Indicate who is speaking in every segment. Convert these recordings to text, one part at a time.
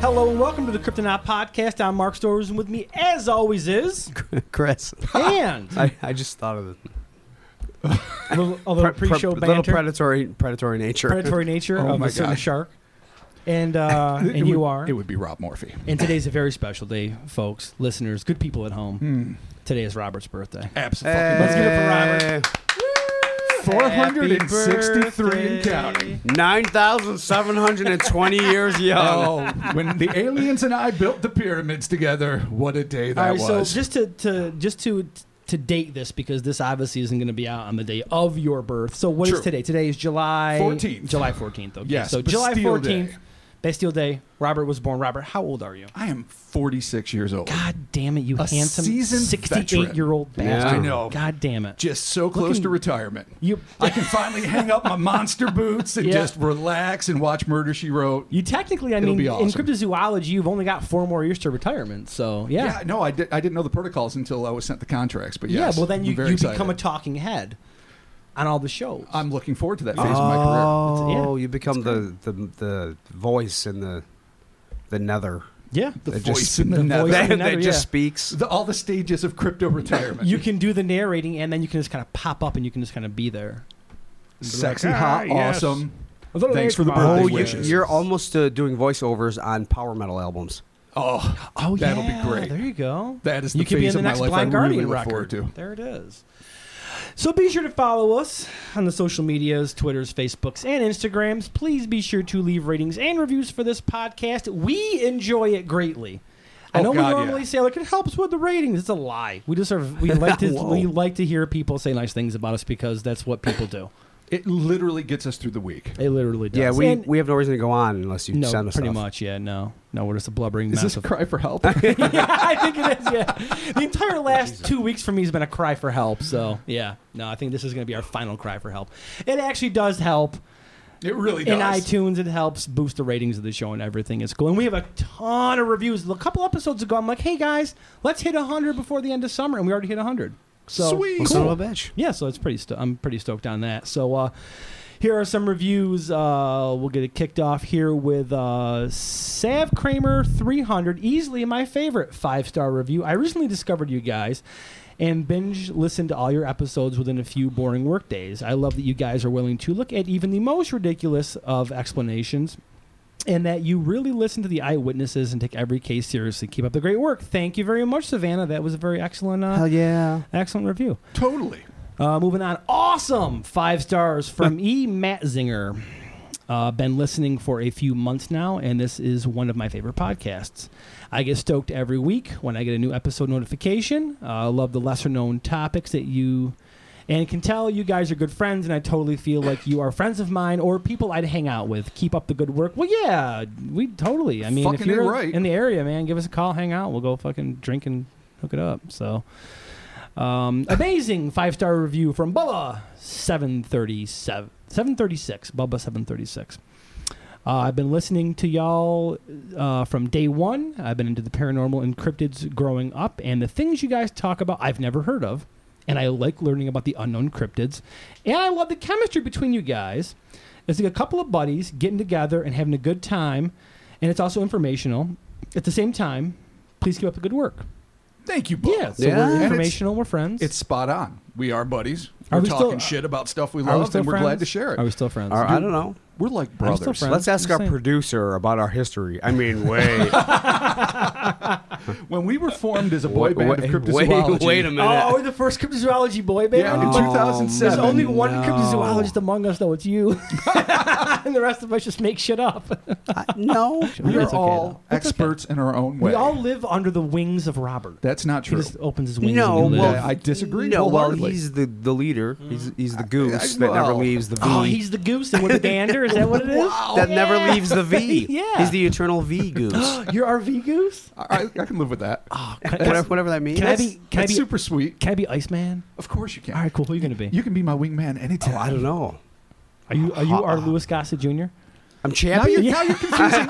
Speaker 1: Hello and welcome to the Kryptonaut Podcast. I'm Mark Storrs, and with me, as always, is
Speaker 2: Chris,
Speaker 1: and
Speaker 2: I, I just thought of it.
Speaker 1: a little, a little pre-show
Speaker 2: pre- little
Speaker 1: banter,
Speaker 2: predatory, predatory nature.
Speaker 1: predatory nature
Speaker 2: Oh
Speaker 1: of
Speaker 2: my
Speaker 1: a certain
Speaker 2: God.
Speaker 1: shark. And uh,
Speaker 3: It
Speaker 1: and you
Speaker 3: would-
Speaker 1: are.
Speaker 3: It would be Rob Morphy.
Speaker 1: And today's a very special day, folks, listeners, good people at home.
Speaker 3: Hmm.
Speaker 1: Today is Robert's birthday.
Speaker 3: Absolutely.
Speaker 1: Let's give it for
Speaker 2: Robert.
Speaker 3: 463 and counting.
Speaker 2: Eh, Nine thousand seven hundred and twenty years young.
Speaker 3: Oh, when the aliens and I built the pyramids together, what a day
Speaker 1: All
Speaker 3: that
Speaker 1: right, so
Speaker 3: was.
Speaker 1: just to, to just to to date this because this obviously isn't going to be out on the day of your birth. So what is
Speaker 3: True.
Speaker 1: today? Today is July
Speaker 3: 14th.
Speaker 1: July 14th. Okay.
Speaker 3: Yes,
Speaker 1: so July
Speaker 3: Bastille
Speaker 1: 14th,
Speaker 3: Day.
Speaker 1: Bastille Day. Robert was born. Robert, how old are you?
Speaker 3: I am 46 years old.
Speaker 1: God damn it, you
Speaker 3: A
Speaker 1: handsome
Speaker 3: seasoned
Speaker 1: 68
Speaker 3: veteran.
Speaker 1: year old
Speaker 2: Yeah.
Speaker 1: bastard.
Speaker 2: I
Speaker 3: know.
Speaker 1: God damn it.
Speaker 3: Just so close
Speaker 1: Looking-
Speaker 3: to retirement.
Speaker 1: You
Speaker 3: I can finally hang up my monster boots and
Speaker 1: Yeah.
Speaker 3: just relax and watch Murder She Wrote.
Speaker 1: you technically, I
Speaker 3: It'll
Speaker 1: mean,
Speaker 3: be
Speaker 1: in
Speaker 3: awesome.
Speaker 1: cryptozoology, you've only got four more years to retirement. So, yeah.
Speaker 3: Yeah, no, I, did, I didn't know the protocols until I was sent the contracts. But
Speaker 1: Yeah,
Speaker 3: yes,
Speaker 1: well, then
Speaker 3: I'm
Speaker 1: you,
Speaker 3: very
Speaker 1: you
Speaker 3: excited. Uh,
Speaker 1: become a talking head on all the shows.
Speaker 3: I'm looking forward to that phase of my career.
Speaker 2: Oh,
Speaker 1: Yeah.
Speaker 2: you become the, the the voice in the the nether.
Speaker 1: yeah.
Speaker 3: The
Speaker 2: They
Speaker 3: voice
Speaker 2: just-
Speaker 3: in the
Speaker 1: the voice- in
Speaker 3: nether.
Speaker 2: That,
Speaker 1: the
Speaker 2: that
Speaker 1: nether,
Speaker 2: just
Speaker 1: Oh, yeah.
Speaker 2: speaks.
Speaker 3: The- all the stages of crypto retirement.
Speaker 1: You can do the narrating, and then you can just kind of pop up, and you can just kind of be there.
Speaker 3: sexy,
Speaker 4: like, "Ah,
Speaker 3: hot,
Speaker 4: yes."
Speaker 3: awesome.
Speaker 1: A little
Speaker 3: Thanks for the
Speaker 1: late for my
Speaker 3: birthday
Speaker 2: oh,
Speaker 1: birthday
Speaker 2: you,
Speaker 3: wishes.
Speaker 2: you're almost uh, doing voiceovers on power metal albums.
Speaker 3: Oh,
Speaker 1: Oh,
Speaker 3: That'll be
Speaker 1: yeah,
Speaker 3: great.
Speaker 1: There you go.
Speaker 3: That is
Speaker 1: you
Speaker 3: the
Speaker 1: could be
Speaker 3: phase
Speaker 1: in the
Speaker 3: of
Speaker 1: next
Speaker 3: my life I
Speaker 1: Blind
Speaker 3: really
Speaker 1: Guardian
Speaker 3: look
Speaker 1: record.
Speaker 3: forward to.
Speaker 1: There it is. So be sure to follow us on the social medias, Twitters, Facebooks, and Instagrams. Please be sure to leave ratings and reviews for this podcast. We enjoy it greatly. I
Speaker 3: Oh,
Speaker 1: know
Speaker 3: God,
Speaker 1: we normally
Speaker 3: yeah.
Speaker 1: say like it helps with the ratings. It's a lie. We just are, we like to
Speaker 2: Whoa.
Speaker 1: we like to hear people say nice things about us because that's what people do.
Speaker 3: It literally gets us through the week.
Speaker 1: It literally does.
Speaker 2: Yeah, we,
Speaker 1: And-
Speaker 2: we have no reason to go on unless you
Speaker 1: no,
Speaker 2: send us
Speaker 1: pretty
Speaker 2: stuff.
Speaker 1: much. Yeah, no, no, we're just a blubbering
Speaker 3: Is
Speaker 1: mess
Speaker 3: this a
Speaker 1: of
Speaker 3: cry for help?
Speaker 1: yeah, I think it is. Yeah, the entire last two weeks for me has been a cry for help. So
Speaker 3: Mm-hmm.
Speaker 1: yeah, no, I think this is going to be our final cry for help. It actually does help
Speaker 3: it really
Speaker 1: in
Speaker 3: does.
Speaker 1: iTunes. It helps boost the ratings of the show and everything. It's cool, and we have a ton of reviews. A couple episodes ago, I'm like, hey guys, let's hit hundred before the end of summer, and we already hit hundred. So
Speaker 3: Sweet.
Speaker 2: Well,
Speaker 1: cool.
Speaker 2: son of a bitch.
Speaker 1: Yeah, so it's pretty. Sto- I'm pretty stoked on that. So uh, here are some reviews. Uh, we'll get it kicked off here with uh, Sav Kramer 300, easily my favorite five star review. I recently discovered you guys. And binge listened to all your episodes within a few boring work days. I love that you guys are willing to look at even the most ridiculous of explanations and that you really listen to the eyewitnesses and take every case seriously. Keep up the great work. Thank you very much, Savannah. That was a very excellent, uh,
Speaker 2: yeah.
Speaker 1: excellent review.
Speaker 3: Totally.
Speaker 1: Uh, moving on. Awesome. Five stars from E. Matzinger. Uh, been listening for a few months now, and this is one of my favorite podcasts. I get stoked every week when I get a new episode notification. Uh, I love the lesser known topics that you and can tell you guys are good friends, and I totally feel like you are friends of mine or people I'd hang out with. Keep up the good work. Well, yeah, we totally. I mean, if
Speaker 3: Fucking
Speaker 1: you're
Speaker 3: right.
Speaker 1: in the area, man, give us a call, hang out. We'll go fucking drink and hook it up. So. Um, amazing five star review from Bubba seven thirty seven seven thirty six Bubba seven thirty six. Uh, I've been listening to y'all uh, from day one. I've been into the paranormal and cryptids growing up, and the things you guys talk about I've never heard of. And I like learning about the unknown cryptids. And I love the chemistry between you guys. It's like a couple of buddies getting together and having a good time. And it's also informational. At the same time, please keep up the good work.
Speaker 3: Thank you, both.
Speaker 1: Yeah, so
Speaker 2: Yeah. And
Speaker 1: we're
Speaker 2: it's-
Speaker 1: informational, we're friends.
Speaker 3: It's spot on. We are buddies.
Speaker 1: Are
Speaker 3: We're
Speaker 1: we still-
Speaker 3: talking shit about stuff we
Speaker 1: Are we
Speaker 3: love,
Speaker 1: still
Speaker 3: and we're glad
Speaker 1: friends?
Speaker 3: to share it.
Speaker 1: Are we still friends?
Speaker 2: Or, I don't know.
Speaker 3: we're like
Speaker 1: I'm
Speaker 3: brothers.
Speaker 1: still friends.
Speaker 2: Let's ask our
Speaker 1: Same.
Speaker 2: producer about our history. I mean, wait.
Speaker 3: When we were formed as a boy
Speaker 2: Wait-
Speaker 3: band
Speaker 2: wait-
Speaker 3: of
Speaker 2: wait-
Speaker 3: cryptozoology,
Speaker 2: wait a minute.
Speaker 1: Oh, we're the first cryptozoology boy band.
Speaker 3: Yeah, in
Speaker 2: Oh,
Speaker 3: 2007.
Speaker 1: There's only one
Speaker 2: no.
Speaker 1: cryptozoologist among us, though. It's you. and the rest of us just make shit up.
Speaker 2: no.
Speaker 3: we are
Speaker 1: It's okay,
Speaker 3: all
Speaker 1: though. It's okay.
Speaker 3: experts in our own way.
Speaker 1: We all live under the wings of Robert.
Speaker 3: That's not
Speaker 1: He
Speaker 3: true.
Speaker 1: just opens his wings.
Speaker 2: No,
Speaker 1: and we
Speaker 2: well,
Speaker 1: live.
Speaker 3: I disagree
Speaker 2: No, well,
Speaker 3: wholeheartedly.
Speaker 2: he's the, the leader. He's he's the goose that never
Speaker 3: well.
Speaker 2: leaves the V.
Speaker 1: oh, he's the goose and we're the gander. Is that what it is?
Speaker 3: Wow.
Speaker 2: that never
Speaker 1: Yeah.
Speaker 2: leaves the V.
Speaker 1: Yeah.
Speaker 2: He's the eternal V goose.
Speaker 1: You're RV goose.
Speaker 3: I, I can live with that.
Speaker 1: Oh, can,
Speaker 2: whatever, whatever that means.
Speaker 1: Can I
Speaker 3: that's
Speaker 1: be- can I
Speaker 3: that's
Speaker 1: be-
Speaker 3: super sweet.
Speaker 1: can I be Iceman?
Speaker 3: Of course you can.
Speaker 1: All right, cool. Who are you gonna be?
Speaker 3: You can be my wingman anytime.
Speaker 2: Oh, I don't know.
Speaker 1: are you are you our Louis Gossett Jr.?
Speaker 2: I'm
Speaker 3: Now
Speaker 2: champion.
Speaker 3: you're, now you're confusing.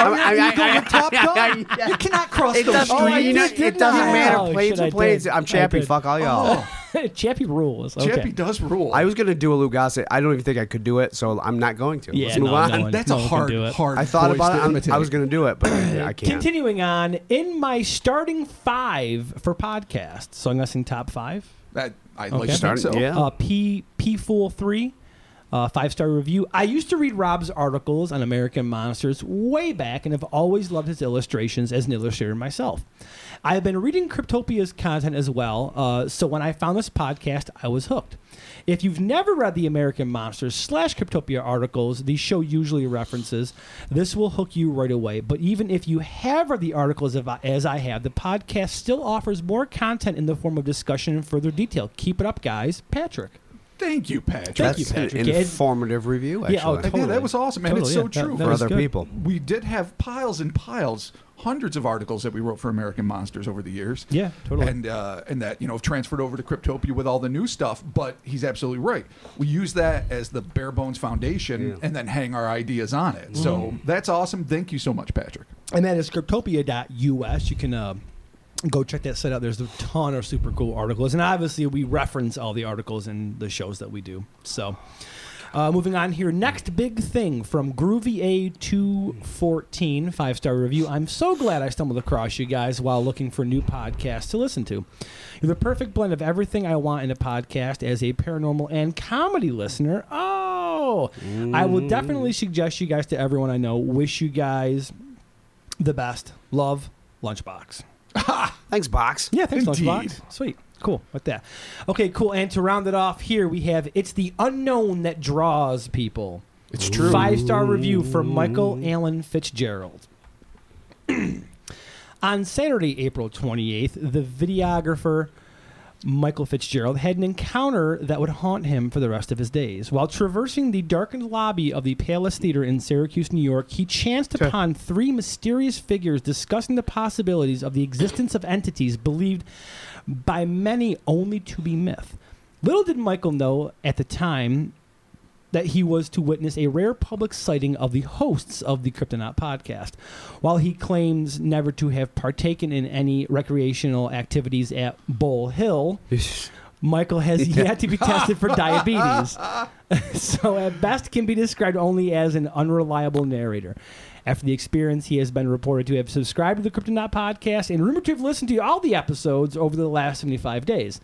Speaker 2: I'm, I'm, I'm,
Speaker 3: Go with Top Gun.
Speaker 2: I-
Speaker 3: You cannot cross
Speaker 2: it
Speaker 3: those
Speaker 2: doesn't,
Speaker 1: Oh, I
Speaker 3: streams.
Speaker 2: you know,
Speaker 1: did,
Speaker 2: it
Speaker 1: didn't
Speaker 2: doesn't
Speaker 1: I?
Speaker 2: matter.
Speaker 1: Oh,
Speaker 2: Planes
Speaker 1: shit,
Speaker 2: or
Speaker 1: I
Speaker 2: planes.
Speaker 1: did.
Speaker 2: I'm
Speaker 1: I
Speaker 2: champion.
Speaker 1: did.
Speaker 2: Fuck all y'all.
Speaker 3: Oh.
Speaker 1: Chappie rules. Okay.
Speaker 3: Chappie does rule.
Speaker 2: I was gonna do a Lugase. I don't even think I could do it, so I'm not going to.
Speaker 1: Yeah,
Speaker 2: Let's move
Speaker 1: no,
Speaker 2: on.
Speaker 1: no one-
Speaker 3: that's
Speaker 1: no
Speaker 3: a
Speaker 1: one can
Speaker 3: hard,
Speaker 1: do it.
Speaker 3: hard.
Speaker 2: I thought
Speaker 3: voice
Speaker 2: about
Speaker 3: to
Speaker 2: it. I'm-
Speaker 3: imitate.
Speaker 2: i was gonna do it, but I can't.
Speaker 1: Continuing on, in my starting five for podcasts, so I'm guessing top five.
Speaker 3: That, I
Speaker 1: Okay.
Speaker 3: like to think
Speaker 2: Starting-
Speaker 3: so.
Speaker 2: yeah.
Speaker 1: Uh, P P Fool three, uh, five star review. I used to read Rob's articles on American monsters way back, and have always loved his illustrations as an illustrator myself. I have been reading Cryptopia's content as well, uh, so when I found this podcast, I was hooked. If you've never read the American Monsters slash Cryptopia articles, the show usually references, this will hook you right away. But even if you have read the articles of, as I have, the podcast still offers more content in the form of discussion and further detail. Keep it up, guys. Patrick.
Speaker 3: Thank you, Patrick.
Speaker 1: Thank you,
Speaker 2: That's an
Speaker 1: Patrick. Yeah, it-
Speaker 2: informative review. Actually.
Speaker 1: Yeah, oh,
Speaker 3: Yeah,
Speaker 1: Totally.
Speaker 3: that was awesome, and it's so
Speaker 1: Totally, yeah.
Speaker 3: true.
Speaker 1: That-
Speaker 2: for
Speaker 1: was
Speaker 2: other
Speaker 1: good.
Speaker 2: people.
Speaker 3: we did have piles and piles, hundreds of articles that we wrote for American Monsters over the years.
Speaker 1: Yeah, totally.
Speaker 3: And uh, and that you know transferred over to Cryptopia with all the new stuff. But he's absolutely right. We use that as the bare bones foundation,
Speaker 2: Yeah. Mm-hmm.
Speaker 3: and then hang our ideas on it. So that's awesome. Thank you so much, Patrick.
Speaker 1: and that is cryptopia.us. You can uh, go check that site out. There's a ton of super cool articles, and obviously we reference all the articles in the shows that we do. So, uh, moving on here, next big thing from Groovy A two fourteen five star review. I'm so glad I stumbled across you guys while looking for new podcasts to listen to. You're the perfect blend of everything I want in a podcast as a paranormal and comedy listener. Oh, I will definitely suggest you guys to everyone I know. Wish you guys the best. Love Lunchbox.
Speaker 2: Thanks, box.
Speaker 1: Yeah, thanks,
Speaker 3: Indeed.
Speaker 1: Lunchbox. Sweet. Cool. With that. Okay, cool. And to round it off here, we have It's the Unknown That Draws People.
Speaker 3: It's
Speaker 1: Five star review from Michael Allen Fitzgerald. On Saturday, April 28th, the videographer Michael Fitzgerald had an encounter that would haunt him for the rest of his days. While traversing the darkened lobby of the Palace Theater in Syracuse, New York, he chanced upon three mysterious figures discussing the possibilities of the existence of entities believed by many only to be myth. Little did Michael know at the time that he was to witness a rare public sighting of the hosts of the Kryptonaut podcast. While he claims never to have partaken in any recreational activities at Bull Hill, Michael has yet to be tested for diabetes, so at best can be described only as an unreliable narrator. After the experience, he has been reported to have subscribed to the Kryptonaut podcast and rumored to have listened to all the episodes over the last 75 days.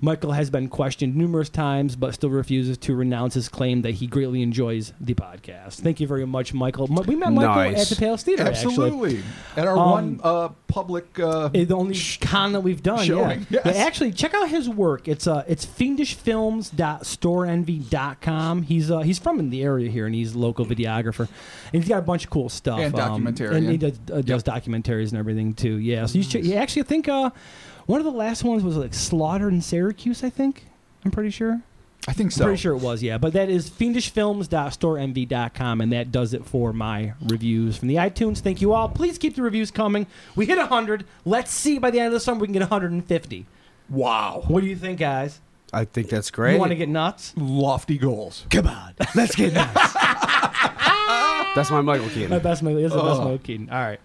Speaker 1: Michael has been questioned numerous times, but still refuses to renounce his claim that he greatly enjoys the podcast. Thank you very much, Michael. Mi- We met Michael
Speaker 2: Nice.
Speaker 1: at the Palace Theater, actually.
Speaker 3: Absolutely. At our
Speaker 1: Um,
Speaker 3: one uh, public. Uh,
Speaker 1: Eh, the only con that we've done.
Speaker 3: showing,
Speaker 1: Yeah.
Speaker 3: yes.
Speaker 1: But actually, check out his work. It's uh, it's fiendishfilms.storeenvy.com. He's uh, he's from in the area here, and he's a local videographer, and he's got a bunch of cool stuff. um,
Speaker 3: And
Speaker 1: and he
Speaker 3: documentarian.
Speaker 1: does, uh, does documentaries and everything too. Yeah. So you should. Yeah, actually, I think uh, one of the last ones was like Slaughter in Syracuse. I think I'm pretty sure.
Speaker 3: I think so.
Speaker 1: I'm pretty sure it was, yeah. But that is fiendishfilms.storeenvy.com, and that does it for my reviews from the iTunes. Thank you all. Please keep the reviews coming. We hit 100. Let's see by the end of the summer we can get 150.
Speaker 3: Wow.
Speaker 1: What do you think, guys?
Speaker 2: I think that's great.
Speaker 1: You want to get nuts?
Speaker 3: Lofty goals.
Speaker 2: Come on, let's get nuts. that's my Michael
Speaker 1: My
Speaker 2: Keaton.
Speaker 1: best move. This is the best
Speaker 3: Ugh.
Speaker 1: move, Keaton. All right.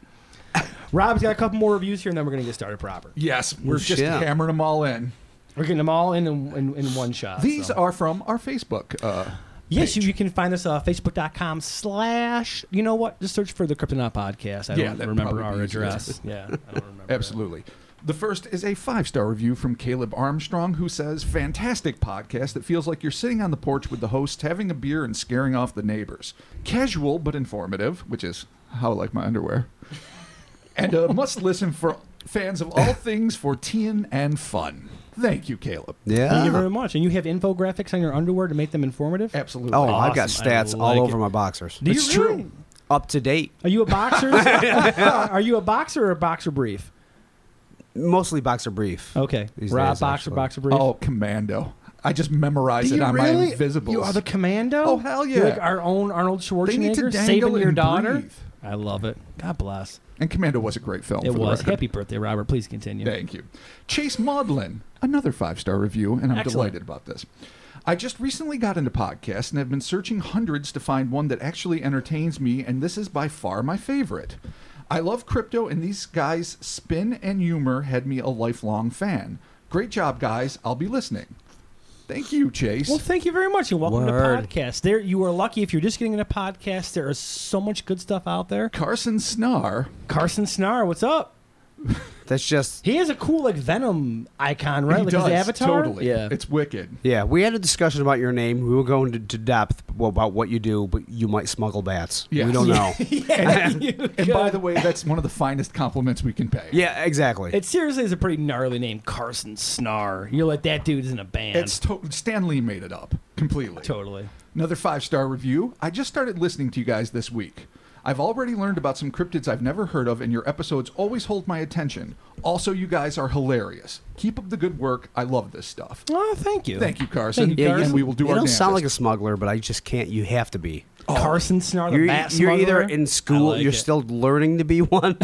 Speaker 1: Rob's got a couple more reviews here, and then we're going to get started proper.
Speaker 3: Yes, we're just
Speaker 2: shit.
Speaker 3: hammering them all in.
Speaker 1: We're getting them all in in, in, in one shot.
Speaker 3: These
Speaker 1: so.
Speaker 3: are from our Facebook. Uh,
Speaker 1: Yes, you,
Speaker 3: page.
Speaker 1: you can find us uh, facebook.com slash. You know what? Just search for the Kryptonaut Podcast. I
Speaker 3: Yeah,
Speaker 1: don't
Speaker 3: that'd
Speaker 1: remember
Speaker 3: probably
Speaker 1: our
Speaker 3: be easier.
Speaker 1: address. yeah, I don't remember. it.
Speaker 3: Absolutely. The first is a five star review from Caleb Armstrong, who says, Fantastic podcast that feels like you're sitting on the porch with the hosts, having a beer and scaring off the neighbors. Casual but informative, which is how I like my underwear. And uh, must listen for fans of all things for teen and fun. Thank you, Caleb.
Speaker 1: Thank you
Speaker 2: Yeah.
Speaker 1: very much. And you have infographics on your underwear to make them informative?
Speaker 3: Absolutely.
Speaker 2: Oh, I've got
Speaker 1: Awesome. I
Speaker 2: stats
Speaker 1: like
Speaker 2: all over
Speaker 1: it.
Speaker 2: my boxers.
Speaker 1: Do you
Speaker 3: It's true.
Speaker 1: really?
Speaker 2: Up to date,
Speaker 1: Are you a boxer? Are you a boxer or a boxer brief?
Speaker 2: mostly boxer brief.
Speaker 1: Okay.
Speaker 2: These
Speaker 1: Rob,
Speaker 2: days,
Speaker 1: boxer,
Speaker 2: actually.
Speaker 1: boxer brief.
Speaker 3: Oh, Commando. I just memorized
Speaker 1: Do
Speaker 3: it
Speaker 1: you
Speaker 3: on my
Speaker 1: really?
Speaker 3: Invisibles.
Speaker 1: You are the commando?
Speaker 3: Oh, hell
Speaker 1: You're
Speaker 3: yeah.
Speaker 1: like our own Arnold Schwarzenegger
Speaker 3: they need to dangle
Speaker 1: saving your
Speaker 3: and
Speaker 1: daughter?
Speaker 3: breathe.
Speaker 1: I love it. God bless.
Speaker 3: And Commando was a great film.
Speaker 1: It
Speaker 3: for the
Speaker 1: was.
Speaker 3: record.
Speaker 1: Happy birthday, Robert. Please continue.
Speaker 3: Thank you. Chase Maudlin, another five star review, and I'm
Speaker 1: Excellent.
Speaker 3: delighted about this. I just recently got into podcasts and have been searching hundreds to find one that actually entertains me, and this is by far my favorite. I love crypto, and these guys' spin and humor had me a lifelong fan. Great job, guys. I'll be listening. Thank you, Chase.
Speaker 1: Well, thank you very much, and welcome to
Speaker 2: Word.
Speaker 1: podcast. There, you are lucky if you're just getting into podcast. There is so much good stuff out there.
Speaker 3: Carson Snar.
Speaker 1: Carson Snar, what's up?
Speaker 2: That's just
Speaker 1: He has a cool like Venom icon, right?
Speaker 3: He
Speaker 1: like
Speaker 3: does,
Speaker 1: his avatar.
Speaker 3: Totally.
Speaker 1: Yeah.
Speaker 3: It's wicked.
Speaker 2: yeah. We had a discussion about your name. We were going to, to depth about what you do, but you might smuggle bats.
Speaker 3: Yes.
Speaker 2: We don't know.
Speaker 1: yeah. you
Speaker 3: And by
Speaker 1: go.
Speaker 3: the way, that's one of the finest compliments we can pay.
Speaker 2: yeah, exactly.
Speaker 1: it seriously is a pretty gnarly name, Carson Snar. You're like that dude's in a band.
Speaker 3: It's to- Stan Lee made it up completely.
Speaker 1: totally.
Speaker 3: Another five star review. I just started listening to you guys this week. I've already learned about some cryptids I've never heard of, and your episodes always hold my attention. Also, you guys are hilarious. Keep up the good work. I love this stuff.
Speaker 1: Oh, thank you.
Speaker 3: Thank you, Carson.
Speaker 1: Thank you,
Speaker 2: yeah,
Speaker 1: Carson.
Speaker 3: and we will do
Speaker 2: you
Speaker 3: our
Speaker 2: don't sound like a
Speaker 3: damnedest.
Speaker 2: smuggler, but I just can't. You have to be.
Speaker 3: Oh.
Speaker 1: Carson Snar, the
Speaker 2: You're, e-,
Speaker 1: bat
Speaker 2: you're either
Speaker 1: smuggler.
Speaker 2: in school,
Speaker 1: I like
Speaker 2: you're
Speaker 1: it.
Speaker 2: still learning to be one.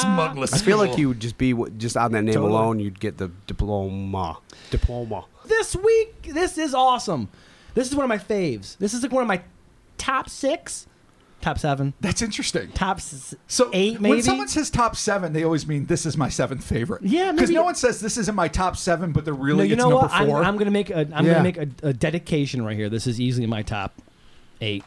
Speaker 3: smuggler.
Speaker 2: I feel like you would just be what- just on that name
Speaker 1: Totally.
Speaker 2: alone, you'd get the diploma. Diploma.
Speaker 1: this week. This is awesome. This is one of my faves. This is like one of my top six, top seven,
Speaker 3: That's interesting.
Speaker 1: top s-
Speaker 3: So
Speaker 1: eight maybe.
Speaker 3: when someone says top seven, they always mean this is my seventh favorite.
Speaker 1: Yeah,
Speaker 3: because
Speaker 1: maybe-
Speaker 3: no one says this isn't my top seven, but they're really
Speaker 1: no, you
Speaker 3: it's
Speaker 1: know
Speaker 3: number
Speaker 1: what? I'm,
Speaker 3: 4
Speaker 1: I'm gonna make a. I'm
Speaker 2: Yeah.
Speaker 1: gonna make a, a dedication right here. This is easily my top eight.